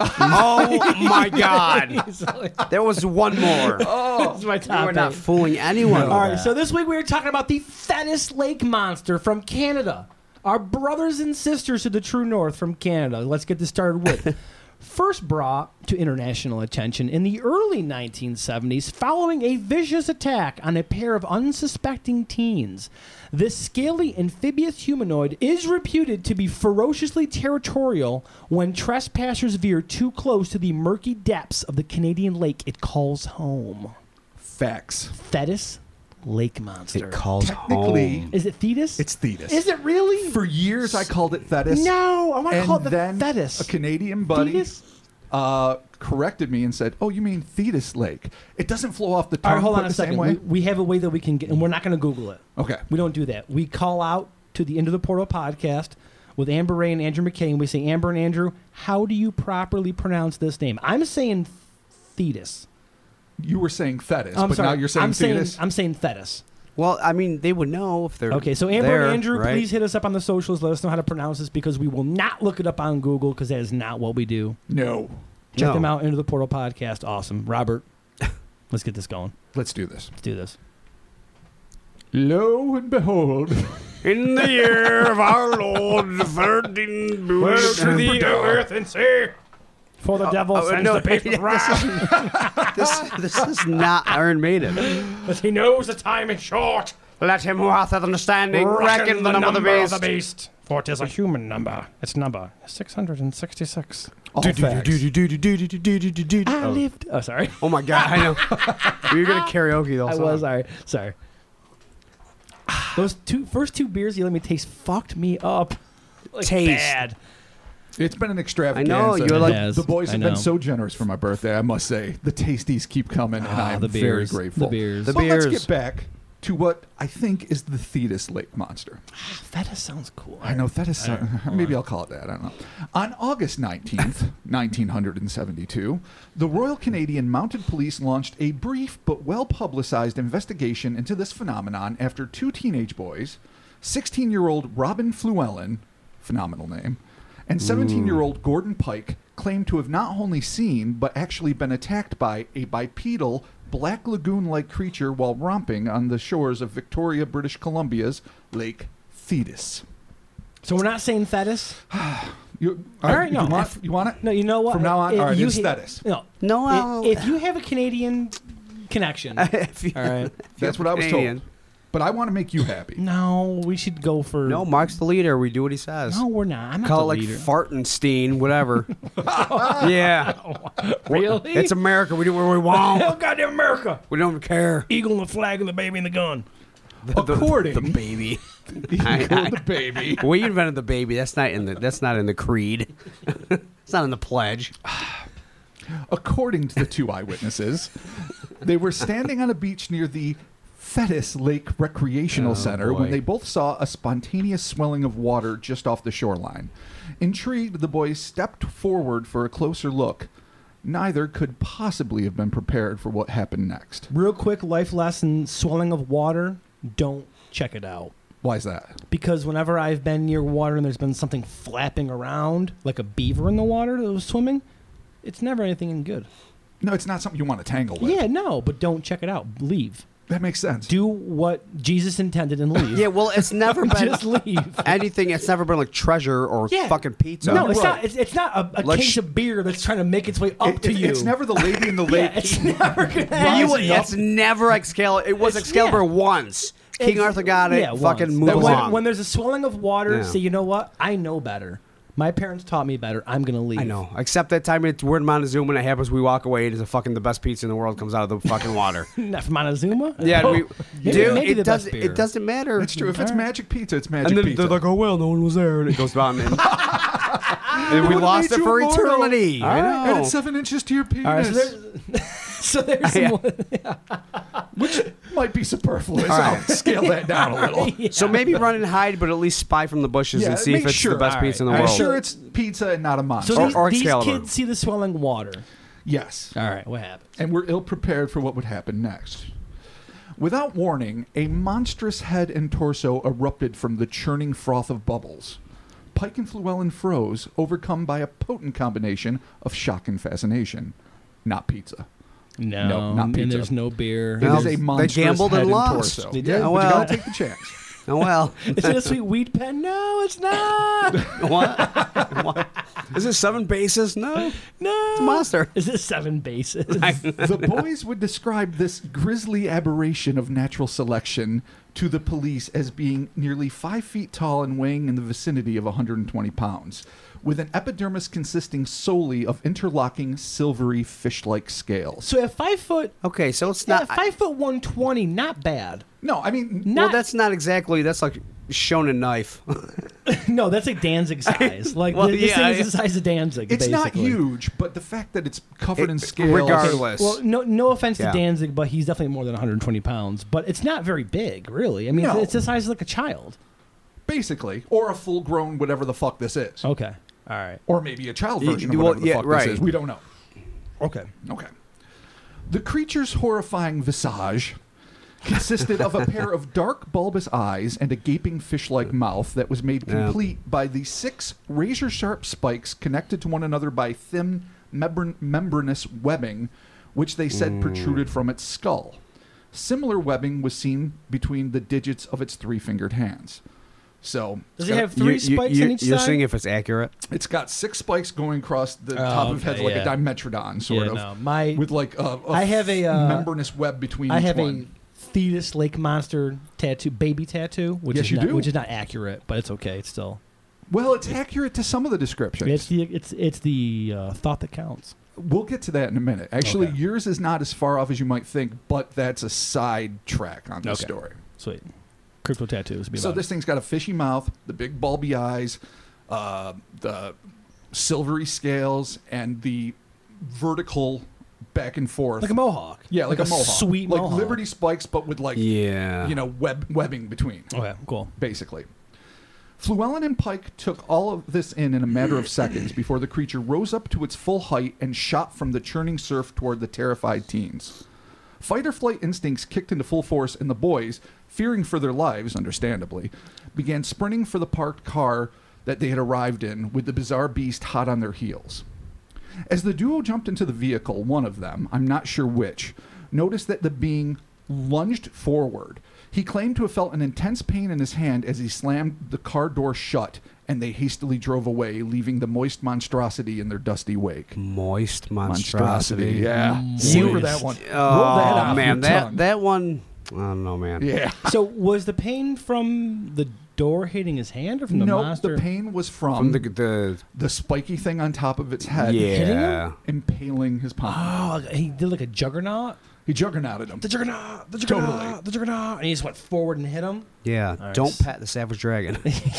Speaker 2: oh my god.
Speaker 1: It's like-
Speaker 2: There was one more.
Speaker 1: this is my
Speaker 2: You
Speaker 1: top
Speaker 2: are Oh, not
Speaker 1: eight.
Speaker 2: fooling anyone. with
Speaker 1: All right,
Speaker 2: that.
Speaker 1: so this week we are talking about the Fennis Lake monster from Canada. Our brothers and sisters to the true north from Canada. Let's get this started with. First brought to international attention in the early 1970s following a vicious attack on a pair of unsuspecting teens. This scaly amphibious humanoid is reputed to be ferociously territorial when trespassers veer too close to the murky depths of the Canadian lake it calls home.
Speaker 3: Facts.
Speaker 1: Fetus Lake Monster.
Speaker 2: it calls
Speaker 3: Technically,
Speaker 2: home.
Speaker 1: is it fetus?
Speaker 3: It's Thetis.
Speaker 1: Is it really?
Speaker 3: For years, I called it fetus.
Speaker 1: no, I want to
Speaker 3: and
Speaker 1: call it the
Speaker 3: then
Speaker 1: fetus.
Speaker 3: a Canadian buddy
Speaker 1: Fetus?
Speaker 3: uh, corrected me and said, "Oh, you mean Thetis Lake? It doesn't flow off the tongue
Speaker 1: All right, hold
Speaker 3: quite
Speaker 1: on a
Speaker 3: the
Speaker 1: second.
Speaker 3: same way."
Speaker 1: We, we have a way that we can get, and we're not going to Google it.
Speaker 3: okay,
Speaker 1: We don't do that. We call out to the end of the Portal podcast with Amber Ray and Andrew McKay, and we say, Amber and Andrew, how do you properly pronounce this name? I'm saying fetus.
Speaker 3: you were saying fetus,
Speaker 1: I'm
Speaker 3: but
Speaker 1: sorry.
Speaker 3: now you're saying
Speaker 1: I'm
Speaker 3: fetus.
Speaker 1: Saying, I'm saying fetus.
Speaker 2: Well, I mean, they would know if they're
Speaker 1: Okay, so Amber
Speaker 2: there,
Speaker 1: and Andrew,
Speaker 2: right?
Speaker 1: please hit us up on the socials. Let us know how to pronounce this because we will not look it up on Google because that is not what we do.
Speaker 3: no,
Speaker 1: Check
Speaker 2: No.
Speaker 1: them out into the Portal podcast. Awesome. Robert, let's get this going.
Speaker 3: let's do this.
Speaker 1: Let's do this.
Speaker 3: Lo and behold,
Speaker 2: In the year of our Lord, the thirteen boots to the earth.
Speaker 1: and sea. For the devil
Speaker 2: oh,
Speaker 1: sends
Speaker 2: no,
Speaker 1: the paper round,
Speaker 2: This, this is not Iron Maiden.
Speaker 1: because he knows the time is short.
Speaker 2: Let him who hath understanding reckon the number of the beast.
Speaker 1: beast. For it is a human number. Its number is 666.
Speaker 3: all
Speaker 2: Do, do, do,
Speaker 3: facts.
Speaker 2: do, do, do, do, do, do, do, do, do.
Speaker 1: I lived. Oh, sorry.
Speaker 2: Oh my god, I know. you were gonna karaoke the whole
Speaker 1: Ah, I
Speaker 2: song.
Speaker 1: was. Sorry. Sorry. Those two first two beers you let me taste fucked me up. Like
Speaker 2: Taste.
Speaker 1: Bad.
Speaker 3: It's been an extravaganza.
Speaker 2: I know, you're like- It
Speaker 1: has,
Speaker 3: the boys
Speaker 1: I
Speaker 3: have
Speaker 1: know.
Speaker 3: been so generous for my birthday. I must say, the tasties keep coming, and
Speaker 1: Ah,
Speaker 3: I'm
Speaker 1: the
Speaker 3: very
Speaker 1: beers,
Speaker 3: grateful.
Speaker 1: the beers.
Speaker 2: The
Speaker 3: But let's
Speaker 2: beers.
Speaker 3: get back to what I think is the Thetis Lake monster.
Speaker 1: Fetus sounds cool.
Speaker 3: I know that is.
Speaker 1: All right,
Speaker 3: maybe I'll call it that. I don't know. On August 19th, 1972, the Royal Canadian Mounted Police launched a brief but well publicized investigation into this phenomenon after two teenage boys, 16 year old Robin Fluellen, phenomenal name, and 17 year old Gordon Pike claimed to have not only seen but actually been attacked by a bipedal black lagoon like creature while romping on the shores of Victoria, British Columbia's Lake Thetis.
Speaker 1: So we're not saying fetus.
Speaker 3: You,
Speaker 1: All right, no.
Speaker 3: You want, you want it?
Speaker 1: No, you know what?
Speaker 3: From now on,
Speaker 1: If
Speaker 3: all right,
Speaker 1: you
Speaker 3: it's
Speaker 1: ha-
Speaker 3: status.
Speaker 1: No,
Speaker 2: No,
Speaker 1: I-
Speaker 2: I'll-
Speaker 1: if you have a Canadian connection, all
Speaker 2: If you-
Speaker 1: right.
Speaker 3: That's what I was
Speaker 2: Canadian.
Speaker 3: told. But I want to make you happy.
Speaker 1: No, we should go for
Speaker 2: No, Mark's the leader. We do what he says.
Speaker 1: No, we're not. I'm not
Speaker 2: Call
Speaker 1: the
Speaker 2: it like
Speaker 1: leader.
Speaker 2: Fartenstein, whatever. yeah,
Speaker 1: really?
Speaker 2: it's America. We do what we want.
Speaker 1: oh goddamn America!
Speaker 2: We don't care.
Speaker 1: Eagle and the flag and the baby and the gun.
Speaker 3: According
Speaker 2: the baby.
Speaker 3: to the baby.
Speaker 2: we invented the baby. That's not in the. That's not in the creed. it's not in the pledge.
Speaker 3: According to the two eyewitnesses, they were standing on a beach near the Fetis Lake Recreational
Speaker 2: Oh,
Speaker 3: Center
Speaker 2: boy.
Speaker 3: when they both saw a spontaneous swelling of water just off the shoreline. Intrigued, the boys stepped forward for a closer look. Neither could possibly have been prepared for what happened next.
Speaker 1: Real quick life lesson: swelling of water don't check it out.
Speaker 3: Why is that?
Speaker 1: because whenever I've been near water and there's been something flapping around, like a beaver in the water that was swimming, it's never anything good.
Speaker 3: No, it's not something you want to tangle with.
Speaker 1: Yeah, no, but don't check it out. Leave.
Speaker 3: That makes sense.
Speaker 1: Do what Jesus intended and leave.
Speaker 2: Yeah, well, it's never been
Speaker 1: just leave.
Speaker 2: anything. It's never been like treasure or
Speaker 1: Yeah.
Speaker 2: fucking pizza.
Speaker 1: No, it's
Speaker 3: Right.
Speaker 1: not. It's, it's not a, a
Speaker 2: Let's-
Speaker 1: case of beer that's trying to make its way up
Speaker 3: It-
Speaker 1: to
Speaker 3: it-
Speaker 1: you.
Speaker 3: It's never the lady in the
Speaker 1: Yeah,
Speaker 3: lake.
Speaker 1: it's never gonna
Speaker 2: You-
Speaker 1: happen.
Speaker 2: it's never Excalibur. It was
Speaker 1: It's-
Speaker 2: Excalibur
Speaker 1: yeah.
Speaker 2: once. King
Speaker 1: It's-
Speaker 2: Arthur got it.
Speaker 1: yeah,
Speaker 2: fucking
Speaker 1: once.
Speaker 2: move
Speaker 1: But when,
Speaker 2: along.
Speaker 1: When there's a swelling of water,
Speaker 2: Yeah.
Speaker 1: say, you know what? I know better. My parents taught me better. I'm gonna leave.
Speaker 2: I know. Except that time it, we're in Montezuma when it happens, we walk away. It is a fucking the best pizza in the world comes out of the fucking water.
Speaker 1: Not from Montezuma.
Speaker 2: yeah, and we,
Speaker 1: Maybe-
Speaker 2: dude,
Speaker 1: maybe the
Speaker 2: it
Speaker 1: best
Speaker 2: doesn't.
Speaker 1: beer.
Speaker 2: It doesn't matter.
Speaker 3: That's true. If it's magic pizza, it's magic
Speaker 2: And then
Speaker 3: pizza.
Speaker 2: they're like, "Oh well, no one was there," and it goes down, and, and we
Speaker 3: would've
Speaker 2: lost
Speaker 3: made
Speaker 2: it
Speaker 3: you
Speaker 2: for
Speaker 3: immortal.
Speaker 2: eternity. I know.
Speaker 3: and it's seven inches to your penis.
Speaker 1: All right, so there's, so there's
Speaker 2: Yeah.
Speaker 1: one.
Speaker 3: Might be superfluous.
Speaker 2: All right.
Speaker 3: I'll scale that down a little.
Speaker 2: So maybe run and hide, but at least spy from the bushes
Speaker 3: Yeah,
Speaker 2: and see
Speaker 3: make
Speaker 2: if it's
Speaker 3: sure.
Speaker 2: the best
Speaker 1: All
Speaker 2: pizza in the
Speaker 1: right.
Speaker 3: I'm
Speaker 2: world.
Speaker 1: Well-
Speaker 3: sure it's pizza and not a monster.
Speaker 1: So
Speaker 2: Or-
Speaker 1: these,
Speaker 2: or
Speaker 1: these
Speaker 2: Excalibur.
Speaker 1: kids see the swelling water.
Speaker 3: yes.
Speaker 1: All right, what happened?
Speaker 3: and we're ill prepared for what would happen next. Without warning, a monstrous head and torso erupted from the churning froth of bubbles. Pike and Fluellen froze, overcome by a potent combination of shock and fascination. Not pizza.
Speaker 1: No,
Speaker 3: No, not
Speaker 1: and
Speaker 3: pizza.
Speaker 1: there's no beer.
Speaker 3: It is
Speaker 2: Well,
Speaker 3: a
Speaker 2: they
Speaker 3: monstrous
Speaker 2: gambled
Speaker 3: head
Speaker 2: and
Speaker 3: and,
Speaker 2: lost.
Speaker 3: torso.
Speaker 1: They did.
Speaker 3: Yeah, but
Speaker 2: Oh, Well-
Speaker 3: you gotta take the chance.
Speaker 2: Oh well.
Speaker 1: Is it a sweet wheat pen? No, it's not.
Speaker 2: what? what? Is it seven bases? No.
Speaker 1: No,
Speaker 2: a monster.
Speaker 1: Is it seven bases?
Speaker 3: the boys would describe this grisly aberration of natural selection to the police as being nearly five feet tall and weighing in the vicinity of 120 pounds, with an epidermis consisting solely of interlocking, silvery, fish like scales.
Speaker 1: so at five foot,
Speaker 2: Okay, so it's
Speaker 1: yeah,
Speaker 2: not.
Speaker 1: five foot one twenty, not bad.
Speaker 3: No, I mean,
Speaker 1: Not
Speaker 2: well, that's not exactly. That's like shown a knife.
Speaker 1: no, that's like Danzig size. Like
Speaker 2: Well,
Speaker 1: this
Speaker 2: yeah,
Speaker 1: thing is
Speaker 2: I-
Speaker 1: the size of Danzig.
Speaker 3: it's not
Speaker 1: basically.
Speaker 3: huge, but the fact that it's covered in
Speaker 2: It-
Speaker 3: scales.
Speaker 2: regardless.
Speaker 1: Well, no, no offense
Speaker 2: Yeah.
Speaker 1: to Danzig, but he's definitely more than 120 pounds. But it's not very big, really. I mean,
Speaker 3: No.
Speaker 1: it's the size of like a child.
Speaker 3: Basically, or a full grown, whatever the fuck this is.
Speaker 1: Okay, all right,
Speaker 3: Or maybe a child
Speaker 2: Oh. Y-
Speaker 3: version of
Speaker 2: well,
Speaker 3: whatever the
Speaker 2: yeah,
Speaker 3: fuck
Speaker 2: right.
Speaker 3: this is. We don't know.
Speaker 1: okay.
Speaker 3: Okay. The creature's horrifying visage consisted of a pair of dark, bulbous eyes and a gaping fish like mouth that was made
Speaker 2: Yeah.
Speaker 3: complete by the six razor sharp spikes connected to one another by thin, membran- membranous webbing, which they said protruded from its skull. Similar webbing was seen between the digits of its three fingered hands. So
Speaker 1: Does it have three spikes on each
Speaker 2: You're
Speaker 1: side?
Speaker 2: seeing if it's accurate.
Speaker 3: it's got six spikes going across the
Speaker 1: Oh,
Speaker 3: top of
Speaker 1: okay,
Speaker 3: heads like
Speaker 1: yeah.
Speaker 3: a dimetrodon, sort
Speaker 1: Yeah,
Speaker 3: of.
Speaker 1: no, my-
Speaker 3: with like a, a
Speaker 1: I have a, uh,
Speaker 3: membranous web between.
Speaker 1: I
Speaker 3: each
Speaker 1: have
Speaker 3: one.
Speaker 1: a fetus lake monster tattoo, baby tattoo, which
Speaker 3: Yes,
Speaker 1: is
Speaker 3: you
Speaker 1: not,
Speaker 3: do.
Speaker 1: which is not accurate, but it's okay. It's still
Speaker 3: Well, it's accurate to some of the descriptions.
Speaker 1: it's the it's it's the uh, thought that counts.
Speaker 3: we'll get to that in a minute. Actually,
Speaker 1: Okay.
Speaker 3: yours is not as far off as you might think, but that's a side track on the
Speaker 1: Okay.
Speaker 3: story.
Speaker 1: Sweet, crypto tattoos. Be
Speaker 3: So
Speaker 1: about
Speaker 3: this thing's got a fishy mouth, the big bulby eyes, uh, the silvery scales, and the vertical back and
Speaker 1: it.
Speaker 3: forth.
Speaker 1: like a mohawk.
Speaker 3: yeah, like, a mohawk,
Speaker 1: sweet
Speaker 3: like
Speaker 1: mohawk.
Speaker 3: Liberty spikes, but with like
Speaker 2: Yeah.
Speaker 3: you know web webbing between.
Speaker 1: Okay, Oh, cool.
Speaker 3: basically. Fluellen and Pike took all of this in in a matter of seconds before the creature rose up to its full height and shot from the churning surf toward the terrified teens. Fight or flight instincts kicked into full force, and the boys, fearing for their lives, understandably, began sprinting for the parked car that they had arrived in with the bizarre beast hot on their heels. As the duo jumped into the vehicle, one of them, I'm not sure which, noticed that the being lunged forward. He claimed to have felt an intense pain in his hand as he slammed the car door shut, and they hastily drove away, leaving the moist monstrosity in their dusty wake.
Speaker 2: Moist monstrosity. Mm.
Speaker 3: yeah.
Speaker 1: Moist.
Speaker 3: Savor that one.
Speaker 2: Oh
Speaker 3: Roll that off
Speaker 2: man,
Speaker 3: your
Speaker 2: that
Speaker 3: tongue.
Speaker 2: that one. I don't know, man.
Speaker 3: yeah.
Speaker 1: So was the pain from the door hitting his hand or from the
Speaker 3: no,
Speaker 1: monster?
Speaker 3: the pain was from,
Speaker 2: From the
Speaker 3: the,
Speaker 2: the
Speaker 3: spiky thing on top of its head,
Speaker 2: yeah.
Speaker 3: impaling his palm.
Speaker 1: Oh, he did like a juggernaut.
Speaker 3: He juggernauted him.
Speaker 1: The juggernaut, the
Speaker 3: Totally.
Speaker 1: juggernaut, the juggernaut, and he just went forward and hit him.
Speaker 2: Yeah.
Speaker 1: Nice.
Speaker 2: Don't pat the savage dragon.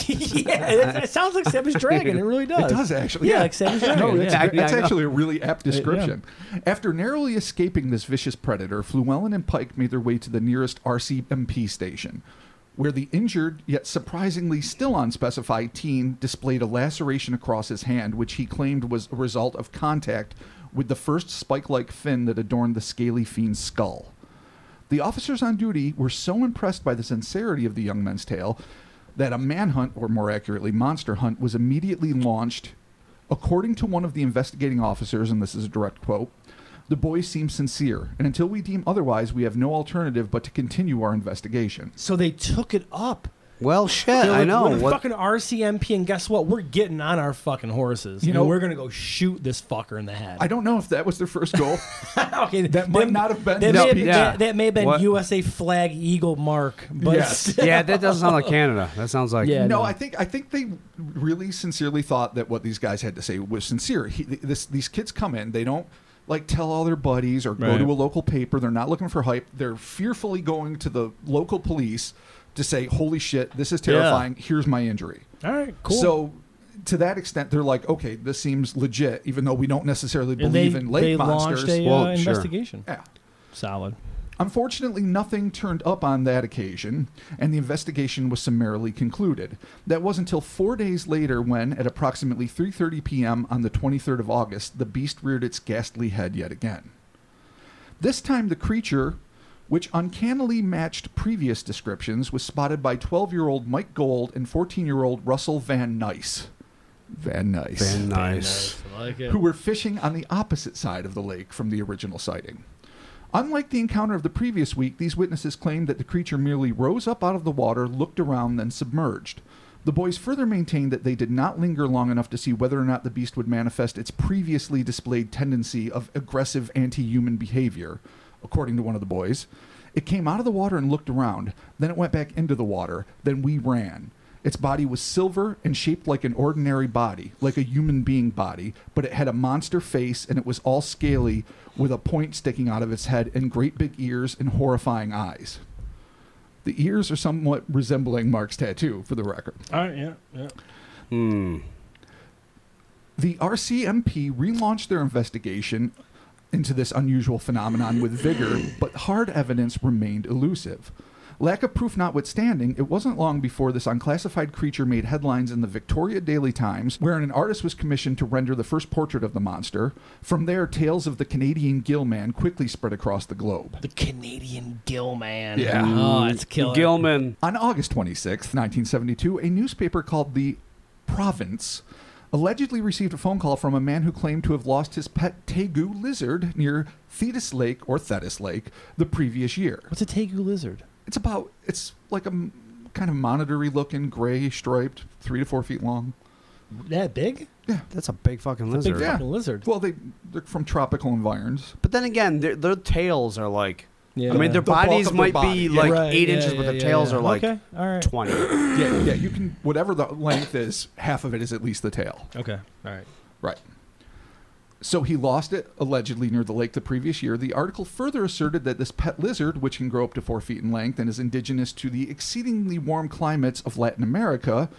Speaker 1: yeah, it, it sounds like Savage Dragon. It really
Speaker 3: It
Speaker 1: does.
Speaker 3: does actually.
Speaker 1: Yeah,
Speaker 3: Yeah,
Speaker 1: like Savage Dragon.
Speaker 3: No, it's,
Speaker 1: yeah.
Speaker 2: I-
Speaker 3: that's
Speaker 2: I know.
Speaker 3: actually a really apt description. After narrowly escaping this vicious predator, Fluellen and Pike made their way to the nearest RCMP station, where the injured yet surprisingly still unspecified teen displayed a laceration across his hand, which he claimed was a result of contact with the first spike-like fin that adorned the scaly fiend's skull. The officers on duty were so impressed by the sincerity of the young men's tale that a manhunt, or more accurately, monster hunt, was immediately launched. According to one of the investigating officers, and this is a direct quote, the boys seem sincere, and until we deem otherwise, we have no alternative but to continue our investigation.
Speaker 1: So they took it up.
Speaker 2: Well, shit,
Speaker 1: They're
Speaker 2: I
Speaker 1: like,
Speaker 2: know.
Speaker 1: We're
Speaker 2: What-
Speaker 1: fucking RCMP, and guess what? We're getting on our fucking horses.
Speaker 3: You
Speaker 1: You know,
Speaker 3: know-
Speaker 1: we're gonna go shoot this fucker in the head.
Speaker 3: I don't know if that was their first goal.
Speaker 1: okay,
Speaker 3: that might
Speaker 1: they-
Speaker 3: not have been
Speaker 1: That,
Speaker 3: the
Speaker 1: may have,
Speaker 3: speech.
Speaker 2: Yeah.
Speaker 1: that, that may have been
Speaker 2: What-
Speaker 1: USA flag eagle mark, but
Speaker 3: Yes.
Speaker 2: yeah, that doesn't sound like Canada. That sounds like
Speaker 1: Yeah.
Speaker 3: no,
Speaker 1: no.
Speaker 3: I think I think they really sincerely thought that what these guys had to say was sincere. He, th- this, these kids come in, they don't like tell all their buddies or go
Speaker 1: Right.
Speaker 3: to a local paper. They're not looking for hype. They're fearfully going to the local police to say, "Holy shit, this is terrifying. Here's my injury."
Speaker 1: all right, cool.
Speaker 3: So. To that extent, they're like, okay, this seems legit, even though we don't necessarily
Speaker 1: and they,
Speaker 3: believe in lake
Speaker 1: they
Speaker 3: monsters.
Speaker 1: launched a
Speaker 2: Well,
Speaker 1: uh,
Speaker 2: sure.
Speaker 1: investigation.
Speaker 3: yeah.
Speaker 1: Solid.
Speaker 3: Unfortunately, nothing turned up on that occasion, and the investigation was summarily concluded. That was until four days later, when, at approximately 3:30 p.m. on the 23rd of August, the beast reared its ghastly head yet again. This time, the creature, which uncannily matched previous descriptions, was spotted by 12-year-old Mike Gold and 14-year-old Russell Van Nice. Van Nice
Speaker 2: Very nice.
Speaker 1: like it.
Speaker 3: who were fishing on the opposite side of the lake from the original sighting. Unlike the encounter of the previous week, these witnesses claimed that the creature merely rose up out of the water, looked around, then submerged. The boys further maintained that they did not linger long enough to see whether or not the beast would manifest its previously displayed tendency of aggressive anti human behavior, according to one of the boys. It came out of the water and looked around, then it went back into the water, then we ran. Its body was silver and shaped like an ordinary body, like a human being body, but it had a monster face and it was all scaly with a point sticking out of its head and great big ears and horrifying eyes. The ears are somewhat resembling Mark's tattoo, for the record.
Speaker 1: All right, yeah, yeah.
Speaker 2: Hmm.
Speaker 3: The RCMP relaunched their investigation into this unusual phenomenon with vigor, but hard evidence remained elusive. Lack of proof notwithstanding, it wasn't long before this unclassified creature made headlines in the Victoria Daily Times, wherein an artist was commissioned to render the first portrait of the monster. From there, tales of the Canadian gill man quickly spread across the globe.
Speaker 1: The Canadian Gill Man.
Speaker 3: Yeah.
Speaker 1: Oh, it's killer.
Speaker 2: Gilman.
Speaker 3: On August 26, 1972, a newspaper called The Province allegedly received a phone call from a man who claimed to have lost his pet tegu lizard near Thetis Lake or Thetis Lake the previous year.
Speaker 1: What's a tegu lizard?
Speaker 3: It's about, it's like a m- kind of monitory looking, gray striped, three to four feet long.
Speaker 1: That big?
Speaker 2: That's a big fucking lizard.
Speaker 1: Big
Speaker 3: Yeah.
Speaker 1: fucking lizard.
Speaker 3: Well, they, they're from tropical environs.
Speaker 2: But then again, their, their tails are like.
Speaker 1: Yeah.
Speaker 2: I mean, their
Speaker 3: The bulk
Speaker 2: bodies
Speaker 3: of their
Speaker 2: might
Speaker 3: body,
Speaker 2: be
Speaker 3: yeah.
Speaker 2: like
Speaker 1: Right,
Speaker 2: eight
Speaker 1: yeah,
Speaker 2: inches, but
Speaker 1: yeah,
Speaker 2: their
Speaker 1: yeah,
Speaker 2: tails
Speaker 1: yeah.
Speaker 2: are like
Speaker 1: Okay. All right.
Speaker 2: twenty.
Speaker 3: Yeah, yeah, you can, whatever the length is, half of it is at least the tail.
Speaker 1: Okay. All right.
Speaker 3: Right. So he lost it allegedly near the lake the previous year. The article further asserted that this pet lizard, which can grow up to four feet in length and is indigenous to the exceedingly warm climates of Latin America,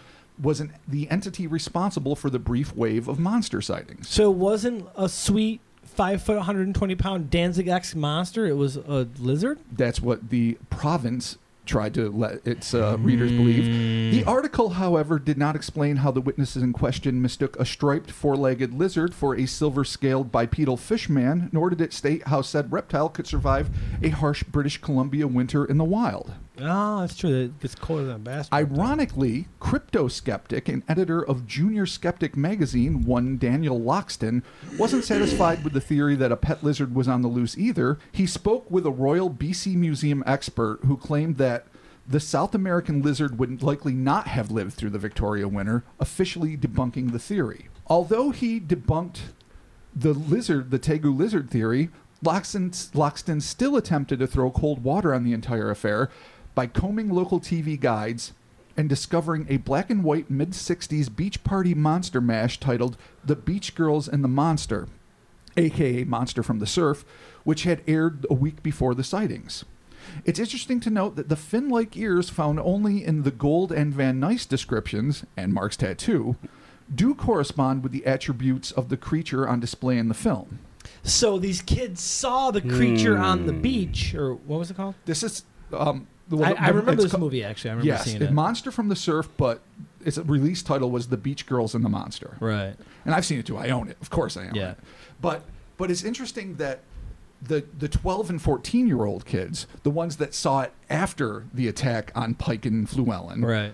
Speaker 3: was an, the entity responsible for the brief wave of monster sightings.
Speaker 1: So it wasn't a sweet five foot, 120 pound Danzig X monster. It was a lizard.
Speaker 3: That's what the province tried to let its uh, readers believe.
Speaker 1: Mm.
Speaker 3: The article, however, did not explain how the witnesses in question mistook a striped four legged lizard for a silver scaled bipedal fishman, nor did it state how said reptile could survive a harsh British Columbia winter in the wild.
Speaker 1: Oh, that's true. It gets colder than a bastard.
Speaker 3: Ironically, crypto skeptic and editor of Junior Skeptic magazine, one Daniel Loxton, wasn't satisfied with the theory that a pet lizard was on the loose either. He spoke with a Royal BC Museum expert who claimed that the South American lizard would likely not have lived through the Victoria winter, officially debunking the theory. Although he debunked the lizard, the Tegu lizard theory, Loxton, Loxton still attempted to throw cold water on the entire affair by combing local TV guides and discovering a black and white mid 60s beach party monster mash titled The Beach Girls and the Monster, aka Monster from the Surf, which had aired a week before the sightings. It's interesting to note that the fin like ears found only in the Gold and Van Nice descriptions, and Mark's tattoo, do correspond with the attributes of the creature on display in the film.
Speaker 1: So these kids saw the creature on the beach, or what was it called?
Speaker 3: This is. Um,
Speaker 1: I, I remember this
Speaker 3: movie.
Speaker 1: movie actually. I remember
Speaker 3: Yes,
Speaker 1: seeing
Speaker 3: it-
Speaker 1: it.
Speaker 3: Monster from the Surf, but its release title was The Beach Girls and the Monster.
Speaker 1: right.
Speaker 3: And I've seen it too. I own it. Of course I own
Speaker 1: Yeah.
Speaker 3: it. But but it's interesting that the the 12 and 14 year old kids, the ones that saw it after the attack on Pike and Fluellen,
Speaker 1: Right.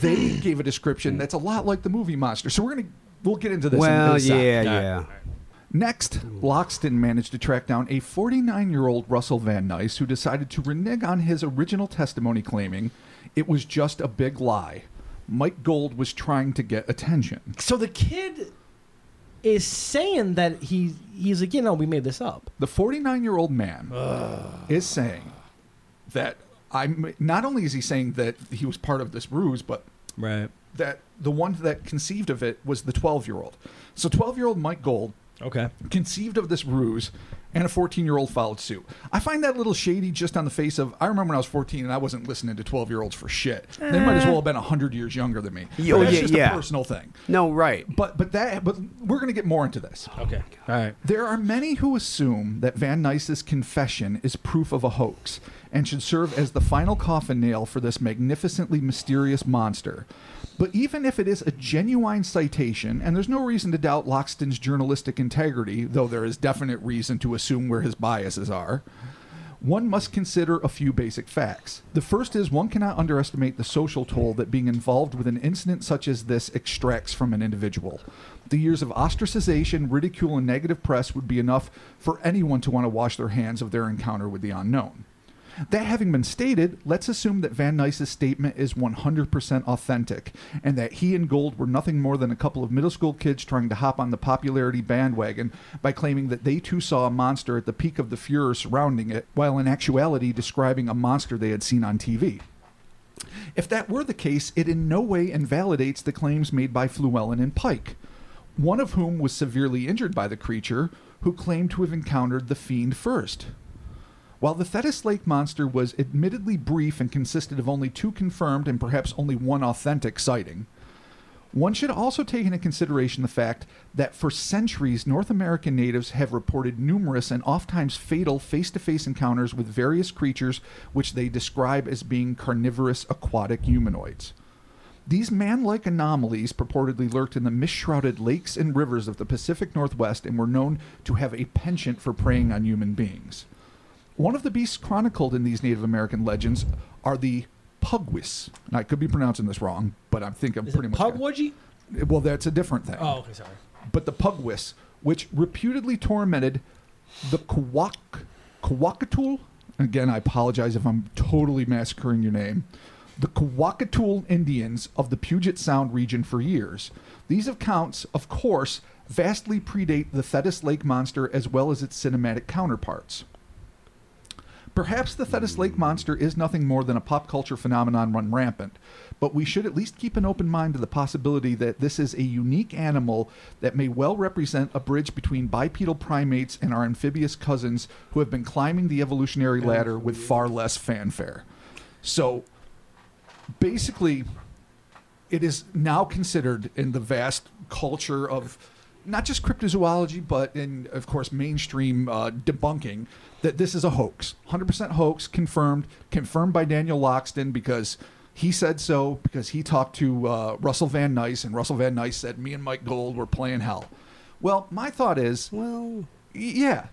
Speaker 3: they gave a description that's a lot like the movie Monster. So we're gonna we'll get into this. on the
Speaker 2: well,
Speaker 3: other side.
Speaker 2: yeah,
Speaker 1: All right,
Speaker 2: yeah.
Speaker 3: Next, Loxton managed to track down a 49 year old Russell Van Nuys who decided to renege on his original testimony, claiming it was just a big lie. Mike Gold was trying to get attention.
Speaker 1: So the kid is saying that he he's like, you know, we made this up.
Speaker 3: The 49 year old man is saying that I'm not only is he saying that he was part of this ruse, but
Speaker 1: Right.
Speaker 3: that the one that conceived of it was the 12 year old. So 12 year old Mike Gold
Speaker 1: Okay.
Speaker 3: conceived of this ruse and a 14 year old followed suit. I find that a little shady just on the face of. I remember when I was 14 and I wasn't listening to 12 year olds for shit. They might as well have been 100 years younger than me.
Speaker 2: Yeah, oh,
Speaker 3: But that's
Speaker 2: yeah,
Speaker 3: just
Speaker 2: yeah.
Speaker 3: a personal thing.
Speaker 2: No, right.
Speaker 3: But but that but we're going to get more into this.
Speaker 1: Okay. All right.
Speaker 3: There are many who assume that Van Nuys's confession is proof of a hoax and should serve as the final coffin nail for this magnificently mysterious monster. But even if it is a genuine citation, and there's no reason to doubt Loxton's journalistic integrity, though there is definite reason to assume where his biases are, one must consider a few basic facts. The first is one cannot underestimate the social toll that being involved with an incident such as this extracts from an individual. The years of ostracization, ridicule, and negative press would be enough for anyone to want to wash their hands of their encounter with the unknown. That having been stated, let's assume that Van Nuys's statement is 100% authentic and that he and Gold were nothing more than a couple of middle school kids trying to hop on the popularity bandwagon by claiming that they too saw a monster at the peak of the furor surrounding it, while in actuality describing a monster they had seen on TV. If that were the case, it in no way invalidates the claims made by Fluellen and Pike, one of whom was severely injured by the creature, who claimed to have encountered the fiend first. While the Thetis Lake monster was admittedly brief and consisted of only two confirmed and perhaps only one authentic sighting, one should also take into consideration the fact that for centuries, North American natives have reported numerous and oftentimes fatal face to face encounters with various creatures which they describe as being carnivorous aquatic humanoids. These man like anomalies purportedly lurked in the mist-shrouded lakes and rivers of the Pacific Northwest and were known to have a penchant for preying on human beings. One of the beasts chronicled in these Native American legends are the pugwis. And I could be pronouncing this wrong, but I think I'm
Speaker 1: Is
Speaker 3: pretty
Speaker 1: it
Speaker 3: much.
Speaker 1: Pug Wudgie?
Speaker 3: Well, that's a different thing.
Speaker 1: Oh, okay, sorry.
Speaker 3: But the Pugwis, which reputedly tormented the Kwak, Kwakatul, again, I apologize if I'm totally massacring your name, the Kwakatul Indians of the Puget Sound region for years. These accounts, of course, vastly predate the Thetis Lake monster as well as its cinematic counterparts. Perhaps the Thetis Lake monster is nothing more than a pop culture phenomenon run rampant, but we should at least keep an open mind to the possibility that this is a unique animal that may well represent a bridge between bipedal primates and our amphibious cousins who have been climbing the evolutionary ladder with far less fanfare. So basically, it is now considered in the vast culture of not just cryptozoology, but in, of course, mainstream uh, debunking that this is a hoax. 100% hoax, confirmed, confirmed by Daniel Loxton because he said so, because he talked to uh, Russell Van Nice, and Russell Van Nice said, Me and Mike Gold were playing hell. Well, my thought is,
Speaker 2: Well,
Speaker 3: Y- Yeah.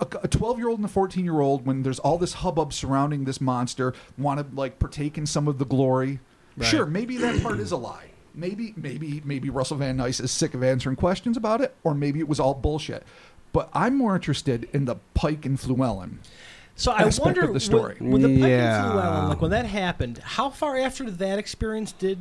Speaker 3: A c- A 12 year old and a 14 year old, when there's all this hubbub surrounding this monster, want to like partake in some of the glory.
Speaker 1: Right.
Speaker 3: Sure, maybe that part is a lie. Maybe, maybe, maybe Russell Van Nice is sick of answering questions about it, or maybe it was all bullshit. But I'm more interested in the Pike and Fluellen.
Speaker 1: So I
Speaker 3: aspect
Speaker 1: wonder
Speaker 3: of the story.
Speaker 1: With, with the Pike
Speaker 2: Yeah.
Speaker 1: and Fluellen, like when that happened, how far after that experience did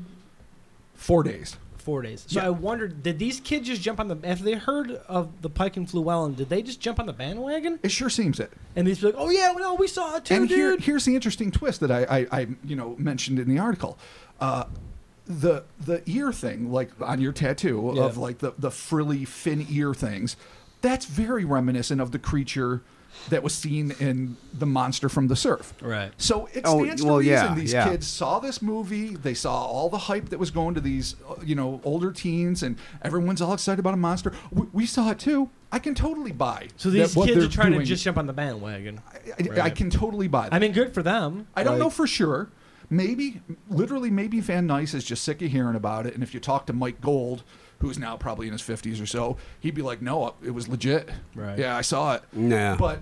Speaker 3: Four days.
Speaker 1: four days? So
Speaker 3: Yeah.
Speaker 1: I wondered, did these kids just jump on the after they heard of the Pike and Fluellen? Did they just jump on the bandwagon?
Speaker 3: It sure seems it.
Speaker 1: And these be like, oh yeah, well we saw it too,
Speaker 3: and
Speaker 1: dude.
Speaker 3: here, here's the interesting twist that I, I, I you know mentioned in the article uh, the the ear thing like on your tattoo
Speaker 1: Yeah.
Speaker 3: of like the, the frilly fin ear things that's very reminiscent of the creature that was seen in the monster from the surf
Speaker 1: Right.
Speaker 3: so it
Speaker 2: Oh,
Speaker 3: stands
Speaker 2: well,
Speaker 3: to reason
Speaker 2: yeah,
Speaker 3: these
Speaker 2: yeah.
Speaker 3: kids saw this movie they saw all the hype that was going to these uh, you know older teens and everyone's all excited about a monster we, we saw it too i can totally buy
Speaker 1: So
Speaker 3: that
Speaker 1: these
Speaker 3: what
Speaker 1: kids are
Speaker 3: they're
Speaker 1: trying to
Speaker 3: doing-
Speaker 1: just jump on the bandwagon.
Speaker 3: I, I- I
Speaker 1: Right.
Speaker 3: can totally buy that
Speaker 1: I mean, good for them.
Speaker 3: I don't
Speaker 1: Like-
Speaker 3: know for sure. Maybe, literally, maybe Van Nice is just sick of hearing about it. And if you talk to Mike Gold, who's now probably in his 50s or so, he'd be like, no, it was legit.
Speaker 1: Right.
Speaker 3: Yeah, I saw it.
Speaker 2: Nah.
Speaker 3: But